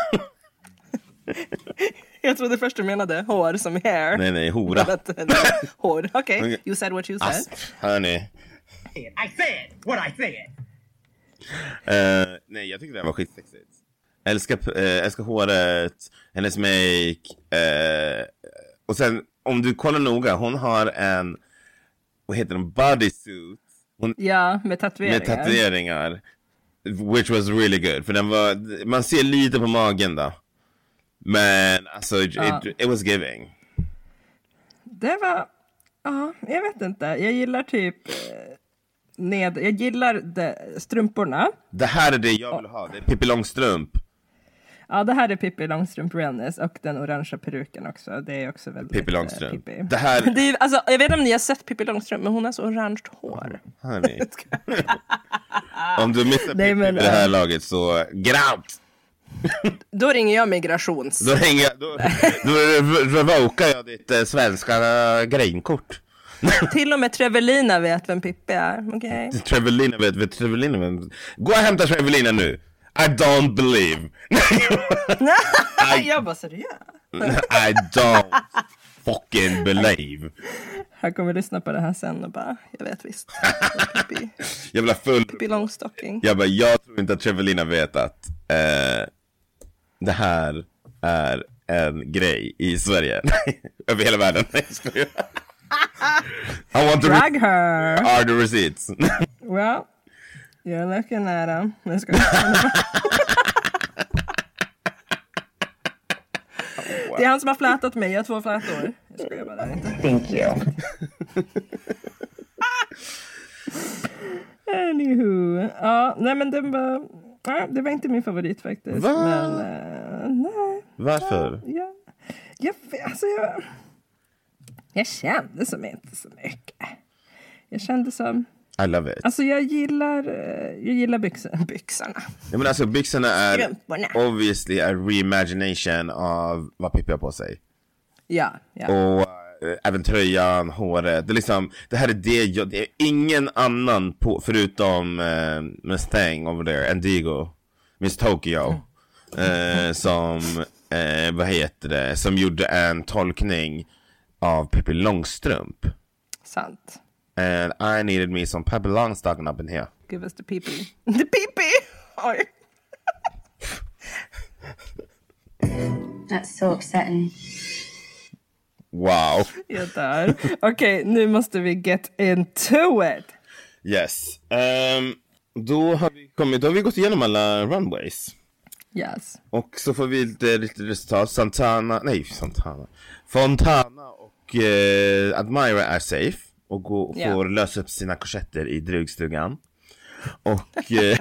*laughs* Jag trodde först du menade hår som hair. Nej, nej, hora. Att- nej, Hår, okej. Okej. You said what you said. Asp, hörni. I said what I said. Eh, nej, jag tyckte det här var skitsexigt. Älskar, p- eh, älskar håret, hennes make. eh, och sen, om du kollar noga, hon har en, vad heter den, bodysuit. Hon, Ja, med tatueringar. med tatueringar. Which was really good. För den var, man ser lite på magen då. Men alltså, it, Ja. it, it was giving. Det var... Ja, jag vet inte. Jag gillar typ... eh, Ned, jag gillar de, strumporna. Det här är det jag vill ha. Det är Pippi Långstrump. Ja, det här är Pippi Långstrump realness och den orangea peruken också. Det är också väldigt... Pippi eh, Långstrump. Pippi. Det här, Det är, alltså, jag vet inte om ni har sett Pippi Långstrump, men hon har så orange hår. Hörni. *laughs* Om du missar Nej, Pippi men, vid det här eh, laget så get out! Då ringer jag migrations. Då, hänger, jag- då, då rev- revokar jag ditt eh, svenska grinkort. *laughs* Till och med Trevelina vet vem Pippi är. Okej? Trevelina vet, vet Trevelina vem? Gå och hämta Trevelina nu! I don't believe! *laughs* jag bara, seriöst? I don't fucking believe! Han kommer lyssna på det här sen och bara, jag vet *laughs* visst. Pippi, Jag blir full. Pippi Långstocking. Jag bara, jag tror inte att Trevelina vet att eh, det här är en grej i Sverige. *laughs* Nej, Över hela världen. Nej, jag skojar. I want to Drag her! Are the receipts? *laughs* Well, you're looking at him. Nej, jag skojar. Det är han som har flätat mig, jag har två flätor. Jag skojar bara, det är inte. Thank you. Anywho. Ja, nej men den var... Nej, det var inte min favorit faktiskt. Va? Men, eh, nej. Varför? Jag, jag, alltså jag, jag kände som inte så mycket. Jag kände som... I love it. Alltså jag gillar, eh, jag gillar byxor, byxorna. Nej, men alltså byxorna är Strumporna. obviously a reimagination av vad Pippi har på sig. Ja, ja. Och eh, även tröjan, håret. Det, är liksom, det här är det jag, det är ingen annan på, förutom eh, Mustang over there, Indigo, Miss Tokyo. Eh, som, eh, vad heter det, som gjorde en tolkning av Pippi Långstrump. Sant. And I needed me some Pippi Långstrump up in here. Give us the *laughs* peepee. The peepee! Oj. That's so upsetting. Wow. Jag dör. Okej, nu måste vi get into it. Yes. Ehm, då, har vi kommit, då har vi gått igenom alla runways. Yes. Och så får vi lite, lite resultat. Santana, nej Santana. Fontana och eh, Admira är safe och går, och Ja. får lösa upp sina korsetter i drugstugan. Och, eh,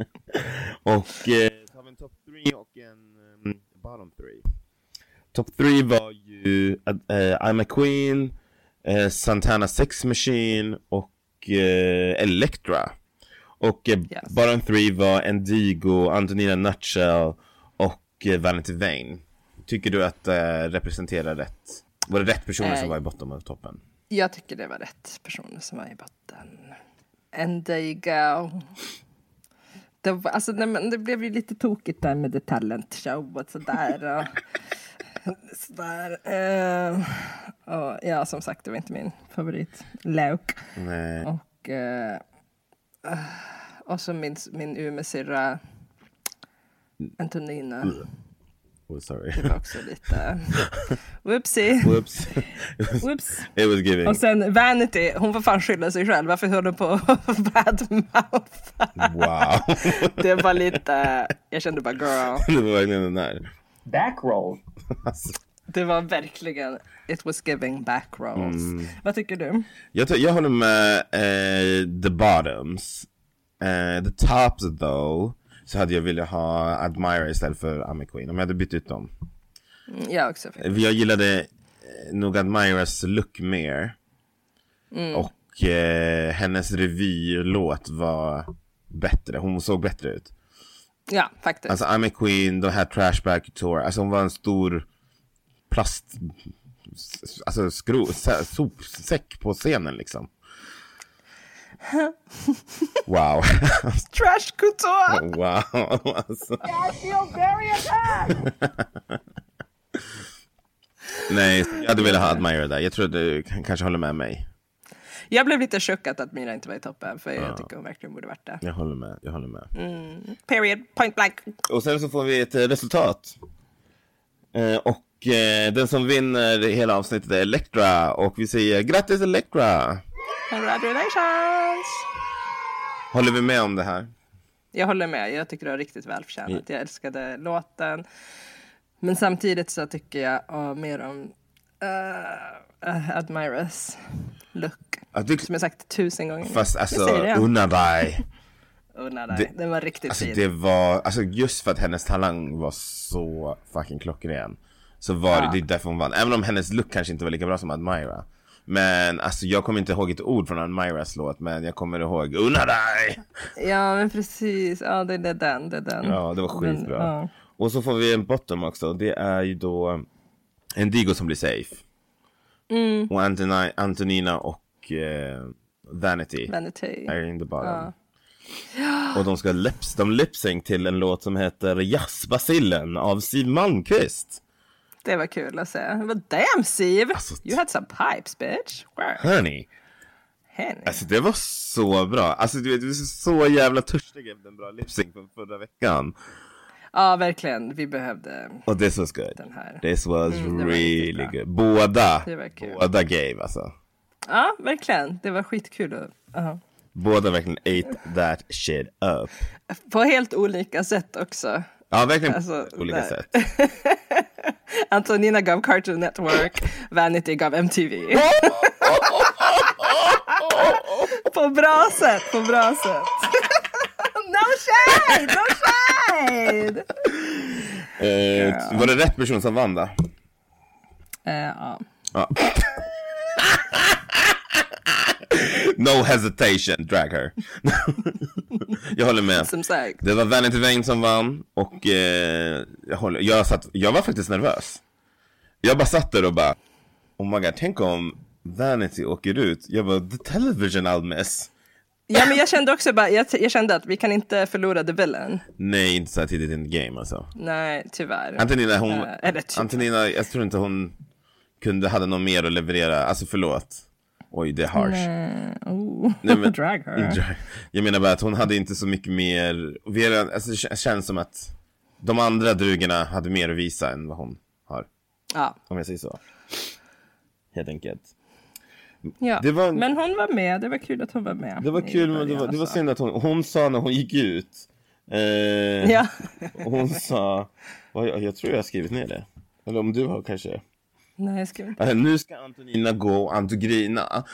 *laughs* och eh, så har vi en top 3 och en mm, bottom 3. Top 3 var ju Ad- eh, I'm a Queen, eh, Santana Sex Machine och eh, Elektra. Och eh, Yes. bottom three var Endigo, Antonina Nutshell och eh, Vanity Vain. Tycker du att eh, representerar rätt? Var det rätt personer som Eh. var i botten och toppen? Jag tycker det var rätt personer som var i botten. And they go. Det, var, alltså, nej, men det blev ju lite tokigt där med the talent show och sådär. Och, *laughs* sådär. Eh, och, ja, som sagt, det var inte min favorit. Lauk. Nej. Och, eh, och så min, min Umeå-syrra Antonina. Oh, sorry. *laughs* Det var också lite... Whoopsie. Whoops. Whoops. It was *laughs* giving. Och sen Vanity, hon får fan skylla sig själv. Varför höll hon på att *laughs* badmouth? *laughs* Wow. *laughs* Det var lite, jag kände bara girl. det var verkligen den där. Back roll. Alltså, Det var verkligen, it was giving back rolls. Vad tycker du? Mm, jag, tror- jag håller med eh, the bottoms. Eh, the tops though. Så hade jag velat ha Admira istället för I'm a Queen. Om jag hade bytt ut dem. Jag också. Jag gillade eh, nog Admiras look mer. Och eh, hennes revylåt var bättre. Hon såg bättre ut. Ja, faktiskt. Alltså I'm a Queen, de här Trashback Tour, alltså hon var en stor plast, s- alltså skro, sä- sopsäck på scenen liksom. *laughs* Wow, *laughs* Trash couture! wow, alltså. I feel very attacked. Nej, jag hade velat ha Admire där. Jag tror att du k- kanske håller med mig. Jag blev lite chockad att Mira inte var i toppen, för jag tycker hon verkligen borde varit där. Jag håller med, jag håller med. Period, point blank. Och sen så får vi ett eh, resultat. Eh, och eh, den som vinner hela avsnittet är Elektra och vi säger grattis Elektra! Congratulations! Håller vi med om det här? Jag håller med, jag tycker det var riktigt Mm. välförtjänat. Jag älskade låten. Men samtidigt så tycker jag ja, mer om uh, Admiras look. Jag tycker- Som jag sagt tusen gånger. Alltså- Fast jag alltså, säger det igen. unna dig! Unna dig. det- Den var riktigt Alltså fin. det var, alltså just för att hennes talang var så fucking klockren Så var det, det är därför hon vann. Även om hennes look kanske inte var lika bra som Admira Men alltså jag kommer inte ihåg ett ord från Admiras låt men jag kommer ihåg Unna dig! Ja, men precis. Ja, det, det är den. Det är den. Ja det var Men, skitbra ja. Och så får vi en bottom också och det är ju då Endigo som blir safe Mm. Och Antoni- Antonina och eh, Vanity Vanity. är in the bottom. Och de ska lips, de lipsync till en låt som heter Jazzbasillen av Siw Malmkvist. Det var kul att se. Well, damn, Siv! Alltså, you had some pipes, bitch. Where? Hörni, Henny. alltså det var så bra. Alltså du vet, vi är så jävla törstiga efter en bra lipsync från förra veckan. Ja, verkligen. Vi behövde... Och this was good. Den här. Mm, This was det var riktigt really bra. good. Båda, Det var kul. båda gave alltså. Ja, verkligen. Det var skitkul. att- ja. Båda verkligen ate that shit up. På helt olika sätt också. Ja, verkligen Alltså, på olika där. sätt. Antonina Alltså, gav Cartoon Network, Vanity gav MTV. *laughs* på bra sätt, på bra sätt. *laughs* no shade, no shade! Eh, var det rätt person som vann då? Eh, ja. No hesitation, drag her. *laughs* jag håller med. Som sagt, Det var Vanity Vane som vann och eh, jag, håller, jag, satt, jag var faktiskt nervös. Jag bara satt där och bara, oh my god, tänk om Vanity åker ut. Jag bara, the television I'll miss. ja, men jag kände också bara, jag, jag kände att vi kan inte förlora the villain. Nej, inte så här tidigt in the game alltså. Nej, tyvärr. Antonina, hon, Eh, eller typ. Antonina, jag tror inte hon kunde, hade något mer att leverera. Alltså förlåt. Oj, det är harsh. Oh. Nej, *laughs* men- Mm, Drag her. Drag- Jag menar bara att hon hade inte så mycket mer, vi är- alltså, det kän- känns som att de andra drugorna hade mer att visa än vad hon har. Ja. Om jag säger så. Helt enkelt. Ja. Det var- Men hon var med, det var kul att hon var med. Det var i kul, men det början var, det var alltså. synd att hon, hon sa när hon gick ut. Eh, Ja. Hon sa, vad, jag, jag tror jag har skrivit ner det. Eller om du har kanske. Nej, jag ska inte. Eh, nu ska Antonina gå och Antogrina.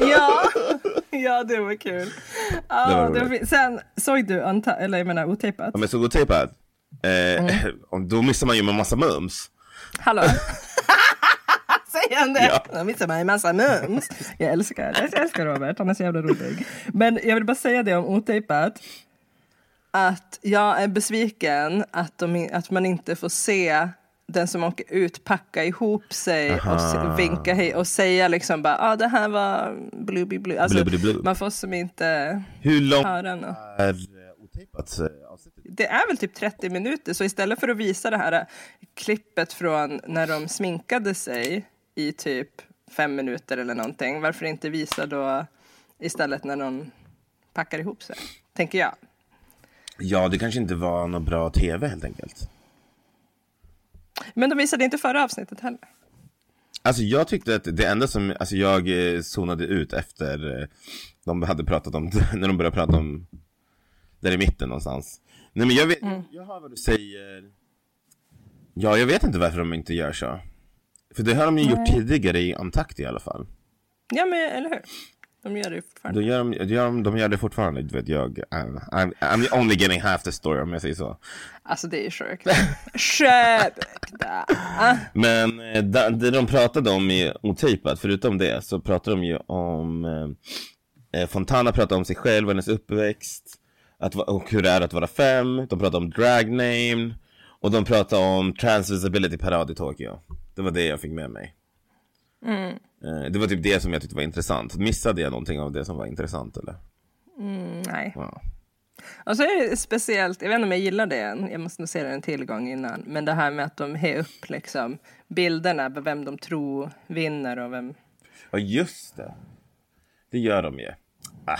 Ja. *laughs* ja, det var kul. Det var Ja, det var roligt. fi- Sen såg du, anta- eller jag menar otejpat? Ja, men så otejpad. Eh, *laughs* Då missar man ju en massa mums. *laughs* Hallå? Säger han det? Han missar mig en massa mums. Jag älskar det. Jag älskar Robert, han är så jävla rolig. Men jag vill bara säga det om otejpat. Att jag är besviken att, de, att man inte får se den som åker ut packa ihop sig och se- vinka hej och säga liksom bara ah, det här var blue, blue, blue. Alltså, Blue, blue, blue. Man får som inte Hur långt höra något. är eh, otejpat eh, avsnittet? Det är väl typ 30 minuter, så istället för att visa det här klippet från när de sminkade sig i typ fem minuter eller någonting, varför inte visa då istället när någon packar ihop sig, tänker jag. Ja, det kanske inte var någon bra tv helt enkelt. Men de visade inte förra avsnittet heller. Alltså jag tyckte att det enda som, alltså jag eh, zonade ut efter eh, de hade pratat om, *laughs* när de började prata om, där i mitten någonstans. Nej men jag vet, jag hör vad du säger. Ja, jag vet inte varför de inte gör så. För det har de ju gjort tidigare i Antakt i alla fall. Ja, men eller hur? De gör det ju fortfarande. De gör, de, gör de, de gör det fortfarande, du vet jag, I'm, I'm, I'm only getting half the story om jag säger så. Alltså det är ju sjukt. Sjukt! Men eh, da- det de pratade om i Otejpat, förutom det, så pratade de ju om eh, eh, Fontana pratade om sig själv och hennes uppväxt att, va- och hur det är att vara fem, de pratar om dragname och de pratar om transvisability parad i Tokyo. Det var det jag fick med mig. Eh, Det var typ det som jag tyckte var intressant. Missade jag någonting av det som var intressant eller? Nej. Ja. Och så är det speciellt, jag vet inte om jag gillar det än, jag måste nog se det en till gång innan, men det här med att de har upp liksom bilderna på vem de tror vinner och vem... Ja just det. Det gör de ju. Ah,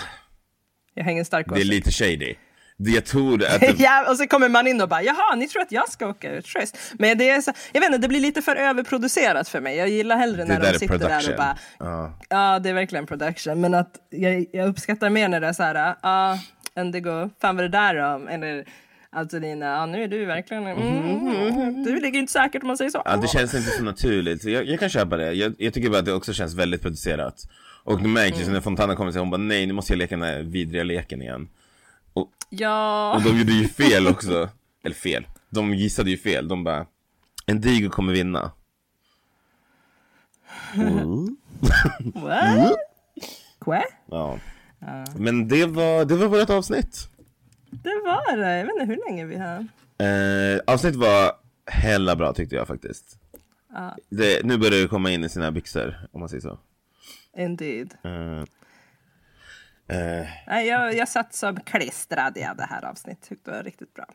Jag har ingen stark det är åsikt. lite shady. Det jag tror att det... *laughs* Ja, och så kommer man in och bara jaha, ni tror att jag ska åka ut, schysst. Men det är så, jag vet inte, det blir lite för överproducerat för mig. Jag gillar hellre när där är de sitter där production. och bara, Ja. ja det är verkligen production. Men att jag, jag uppskattar mer när det är så här, ja Indigo, fan vad är det där om? Eller Antonina, ja nu är du verkligen, mm, du ligger inte säkert om man säger så. Mhm. Ja, det känns inte så naturligt. Så Jag, jag kan köpa det. Jag, jag tycker bara att det också känns väldigt producerat. Och det Mm. märks ju när Fontana kommer och säger hon bara nej nu måste jag leka den här vidriga *laughs* leken igen. ja. Och de gjorde ju fel också. Eller fel. De gissade ju fel. De bara Indigo kommer vinna. Mm. What? Quoi? Ja. Men det var, det var vårt avsnitt. Det var det, jag vet inte hur länge vi har. Eh, avsnittet var hella bra tyckte jag faktiskt. Det, nu börjar det komma in i sina byxor om man säger så. Indeed. Eh, eh, Nej, jag, jag satt som klistrad i det här avsnittet, tyckte det var riktigt bra.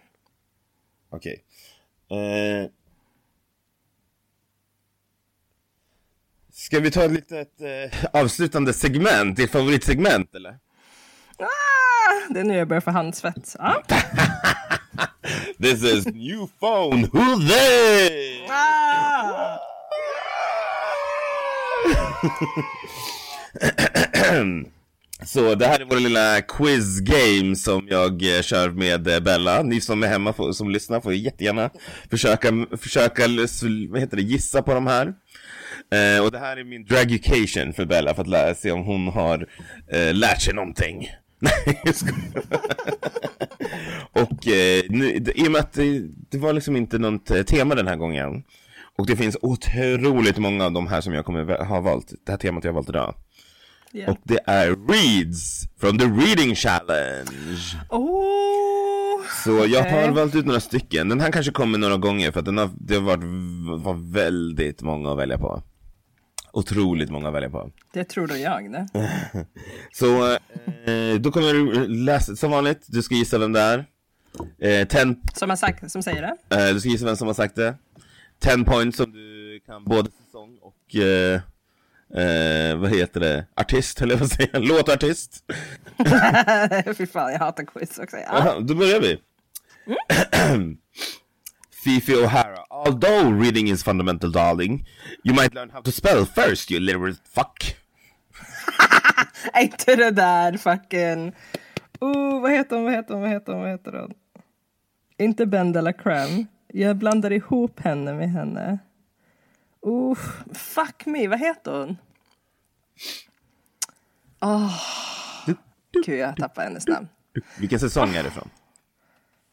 Okej. Eh. Ska vi ta ett litet eh, avslutande segment? Ditt favoritsegment eller? Ah, det är nu jag börjar få handsvett. Ah, Ja. This is new phone, who they? Ah. Så det här är vår lilla quiz game som jag eh, kör med eh, Bella. Ni som är hemma får, som lyssnar får jättegärna försöka, försöka s- vad heter det, gissa på de här. Eh, och det här är min dragucation för Bella för att lära se om hon har eh, lärt sig någonting. *laughs* Nej, jag skojar. Och eh, nu, det- i och med att det, det var liksom inte något eh, tema den här gången. Och det finns otroligt många av de här som jag kommer vä- ha valt. Det här temat jag har valt idag. Ja. Och det är reads från the reading challenge. Oh. Så jag har Okej. valt ut några stycken. Den här kanske kommer några gånger för att den har, det har varit v- var väldigt många att välja på. Otroligt många att välja på. Det tror då jag det. Så eh, då kommer du läsa, som vanligt, du ska gissa vem det är. Eh, ten, Som, har sagt, som säger det. *laughs* eh, du ska gissa vem som har sagt det. 10 points som du kan både säsong och eh, eh, vad heter det? Artist höll jag på att säga. *laughs* Låtartist. Fy fan, jag hatar quiz också. Ah. Ja. Aha, *laughs* då börjar vi. *clears throat* Fifi O'Hara. Although reading is fundamental, darling, you might learn how to spell first, you literate fuck. Är *laughs* inte det där fucking... Oh, vad heter hon, vad heter hon, vad heter hon, vad heter hon? Inte Ben de la Creme. Jag blandar ihop henne med henne. Oh, fuck me, vad heter hon? Åh. Gud, jag tappar hennes namn. Vilken säsong är det från?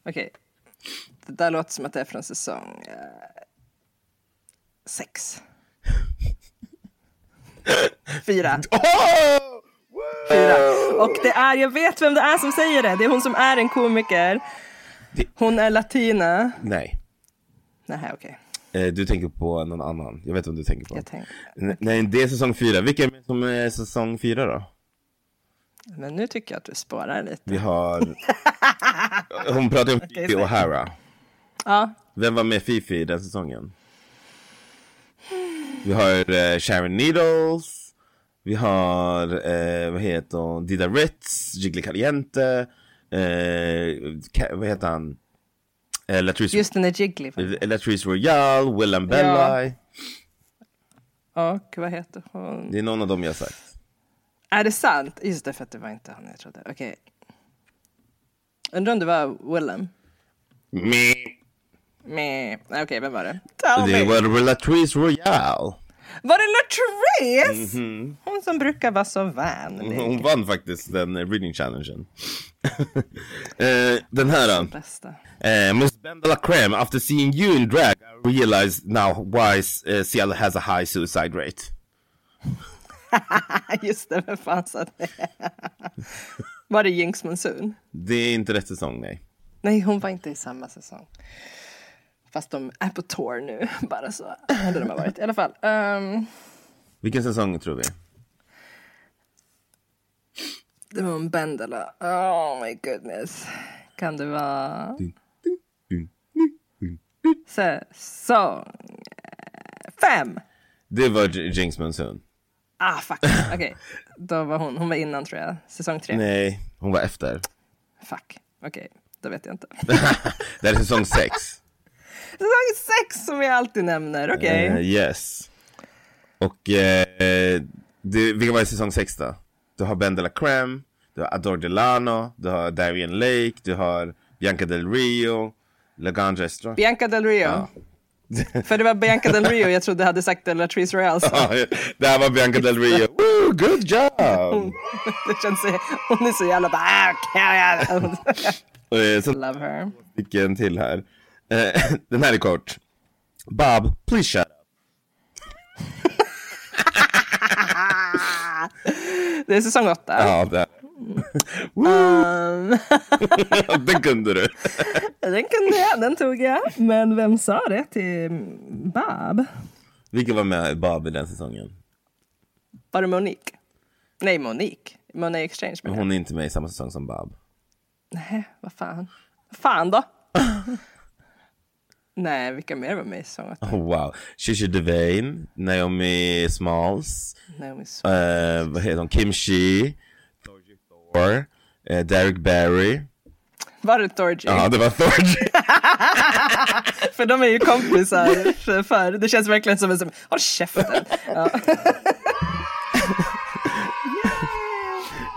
Okej. Det där låter som att det är från säsong eh, sex. Fyra. Fyra. Och det är, jag vet vem det är som säger det. Det är hon som är en komiker. Det- Hon är latina. Nej, Nej, okej. eh, du tänker på någon annan. Jag vet vem du tänker på. Jag tänkte. N- Nej, det är säsong fyra. Vilken är som är säsong fyra då? Men nu tycker jag att du spårar lite. Vi har... Hon pratar ju om Fifi O'Hara. Ja. Vem var med Fifi i den säsongen? Vi har eh, Sharon Needles. Vi har, eh, vad heter hon, Dida Ritz, Jiggly Caliente. Eh, Ka- vad heter han? Eh, Latrice, Just den är Jiggly. va? eh, Latrice Royale, Willem Belli. Och vad heter hon? Det är någon av dem jag har sagt. Är det sant? Just det, för att det var inte han jag trodde. Okej. Undrar om det var Willem? Meh. Meh. Nej, Okej, vem var det? Tell me. Det Var... var Latrice Royale. det Latrice? Hon som brukar vara så vänlig. Hon vann faktiskt den eh, reading challengen. *laughs* eh, den här då. Bästa. *laughs* Uh, Miss Bendela Creme, after seeing you in drag, I realize now why uh, Seattle has a high suicide rate. Just det, vem fan sa det? Var det Jinx Monsoon? Det är inte rätt säsong, nej. Nej, hon var inte i samma säsong. Fast de är på tour nu, *laughs* bara så. Hade de har varit. I alla fall. ehm, Vilken säsong tror vi? det var en Bendela. Oh my goodness. Kan det vara... Säsong... eh, Fem! Det var J- Jinx Monsoon. Ah, fuck. Okej, då var hon. Hon var innan tror jag. Säsong tre. Nej, hon var efter. Fuck. Okej, då vet jag inte. *laughs* Det här är säsong sex. Säsong sex som jag alltid nämner. Okej. Eh, yes. Och eh, det, vilka var i säsong 6 då? Du har Ben de la Creme, du har Adore Delano, du har Darian Lake, du har Bianca Del Rio, Laganja Estrada. Bianca Del Rio. För det var Bianca Del Rio jag trodde hade sagt det, Latrice Royals. Ja, *laughs* det här var Bianca Del Rio. Woo, good job! Det känns så, hon är så jävla bara... "Ah, kan jag?" Eh, så Love her. fick jag en till här. Eh, *laughs* den här är kort. Bob, please shut up. Det är säsong åtta. Um, Ja, där. Woo! *laughs* den kunde du. Den kunde jag, den tog jag. Men vem sa det till Bob? Vilka var med Bob i den säsongen? Var det Monique? Nej, Monique. Monet Exchange menar jag. Hon är inte med i samma säsong som Bob. Nej, vad fan. Fan *laughs* då. Nej, vilka mer var med i säsong åtta? Oh, wow. Shisha Devane, Naomi Smalls, Naomi Sw- eh, vad heter hon? Kim Shi, Thor, eh, Derek Barry. Var det Torgy? Ja, det var Thor. För de är ju kompisar för, för. Det känns verkligen som en som, håll *laughs* käften. *laughs*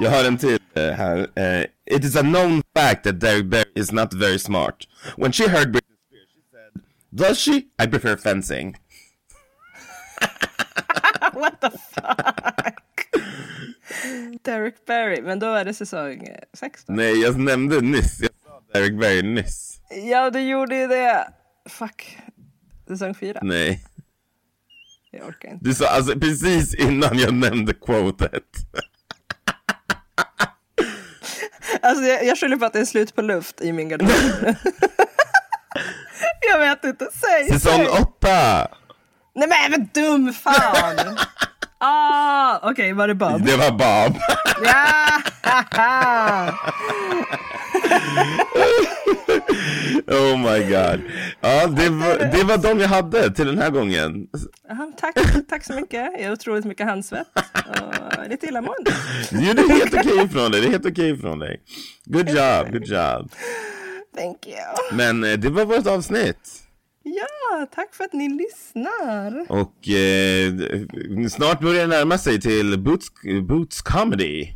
Jag har en till eh, här. Eh, It is a known fact that Derek Barry is not very smart. When she heard Britney Spears, she said, does she? I prefer fencing. Derek Barry, men då är det säsong eh, sex då. Nej, jag nämnde nyss. Jag sa Derek Barry nyss. Ja, du gjorde ju det. Fuck. Säsong fyra. Nej. Jag orkar inte. Du sa alltså precis innan jag nämnde quotet. *laughs* Alltså, jag, jag skyller på att det är slut på luft i min garderob. *laughs* jag vet inte. Säg, Säsong säg. åtta! Nej men vad dum *laughs* fan! Ah, Okej, var det Bob? Det var Bob. *laughs* Ja! Oh my god. Ja, det var, det var de jag hade till den här gången. Ja, tack, tack så mycket. Jag har otroligt mycket handsvett och lite illamående. Jo, det är helt okej ifrån dig. Det är helt okej ifrån dig. Good job, good job. Thank you. Men eh, det var vårt avsnitt. Ja, tack för att ni lyssnar. Och eh, snart börjar det närma sig till Boots, Boots Comedy.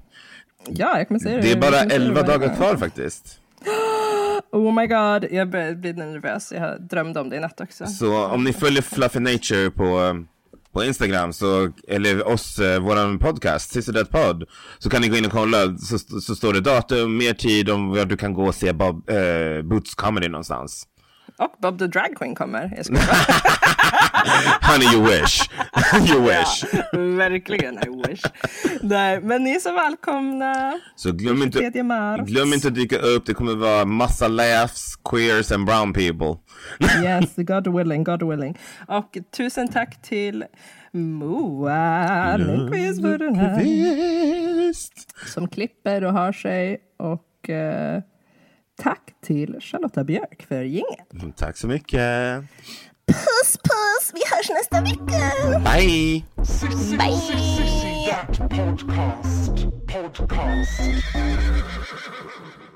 Ja, jag kommer säga det. Det är bara Jag kommer säga det 11 varje dagar gång. kvar faktiskt. Oh my god, jag börjar bli nervös. Jag drömde om det i natt också. Så om ni följer Fluffy Nature på, eh, på Instagram, så, eller oss, eh, våran podcast, Sista Dead Pod, så kan ni gå in och kolla, så, så står det datum, mer tid om var du kan gå och se Bob, eh, Boots Comedy någonstans. Och Bob the Drag Queen kommer. Jag skojar. *laughs* Honey you *laughs* wish, you wish. Verkligen, I wish. Nej, men ni är så välkomna. Så glöm inte, 3 mars. glöm inte att dyka upp, det kommer vara massa laughs, queers and brown people. Yes, God willing, God willing. Och tusen tack till Moa Lundqvist för den här Visst. som klipper och har sig. Och eh, tack till Charlotta Björk för gingen. Tack så mycket. Puss puss, vi hörs nästa vecka! Bye! Sissy Dot Podcast. Podcast.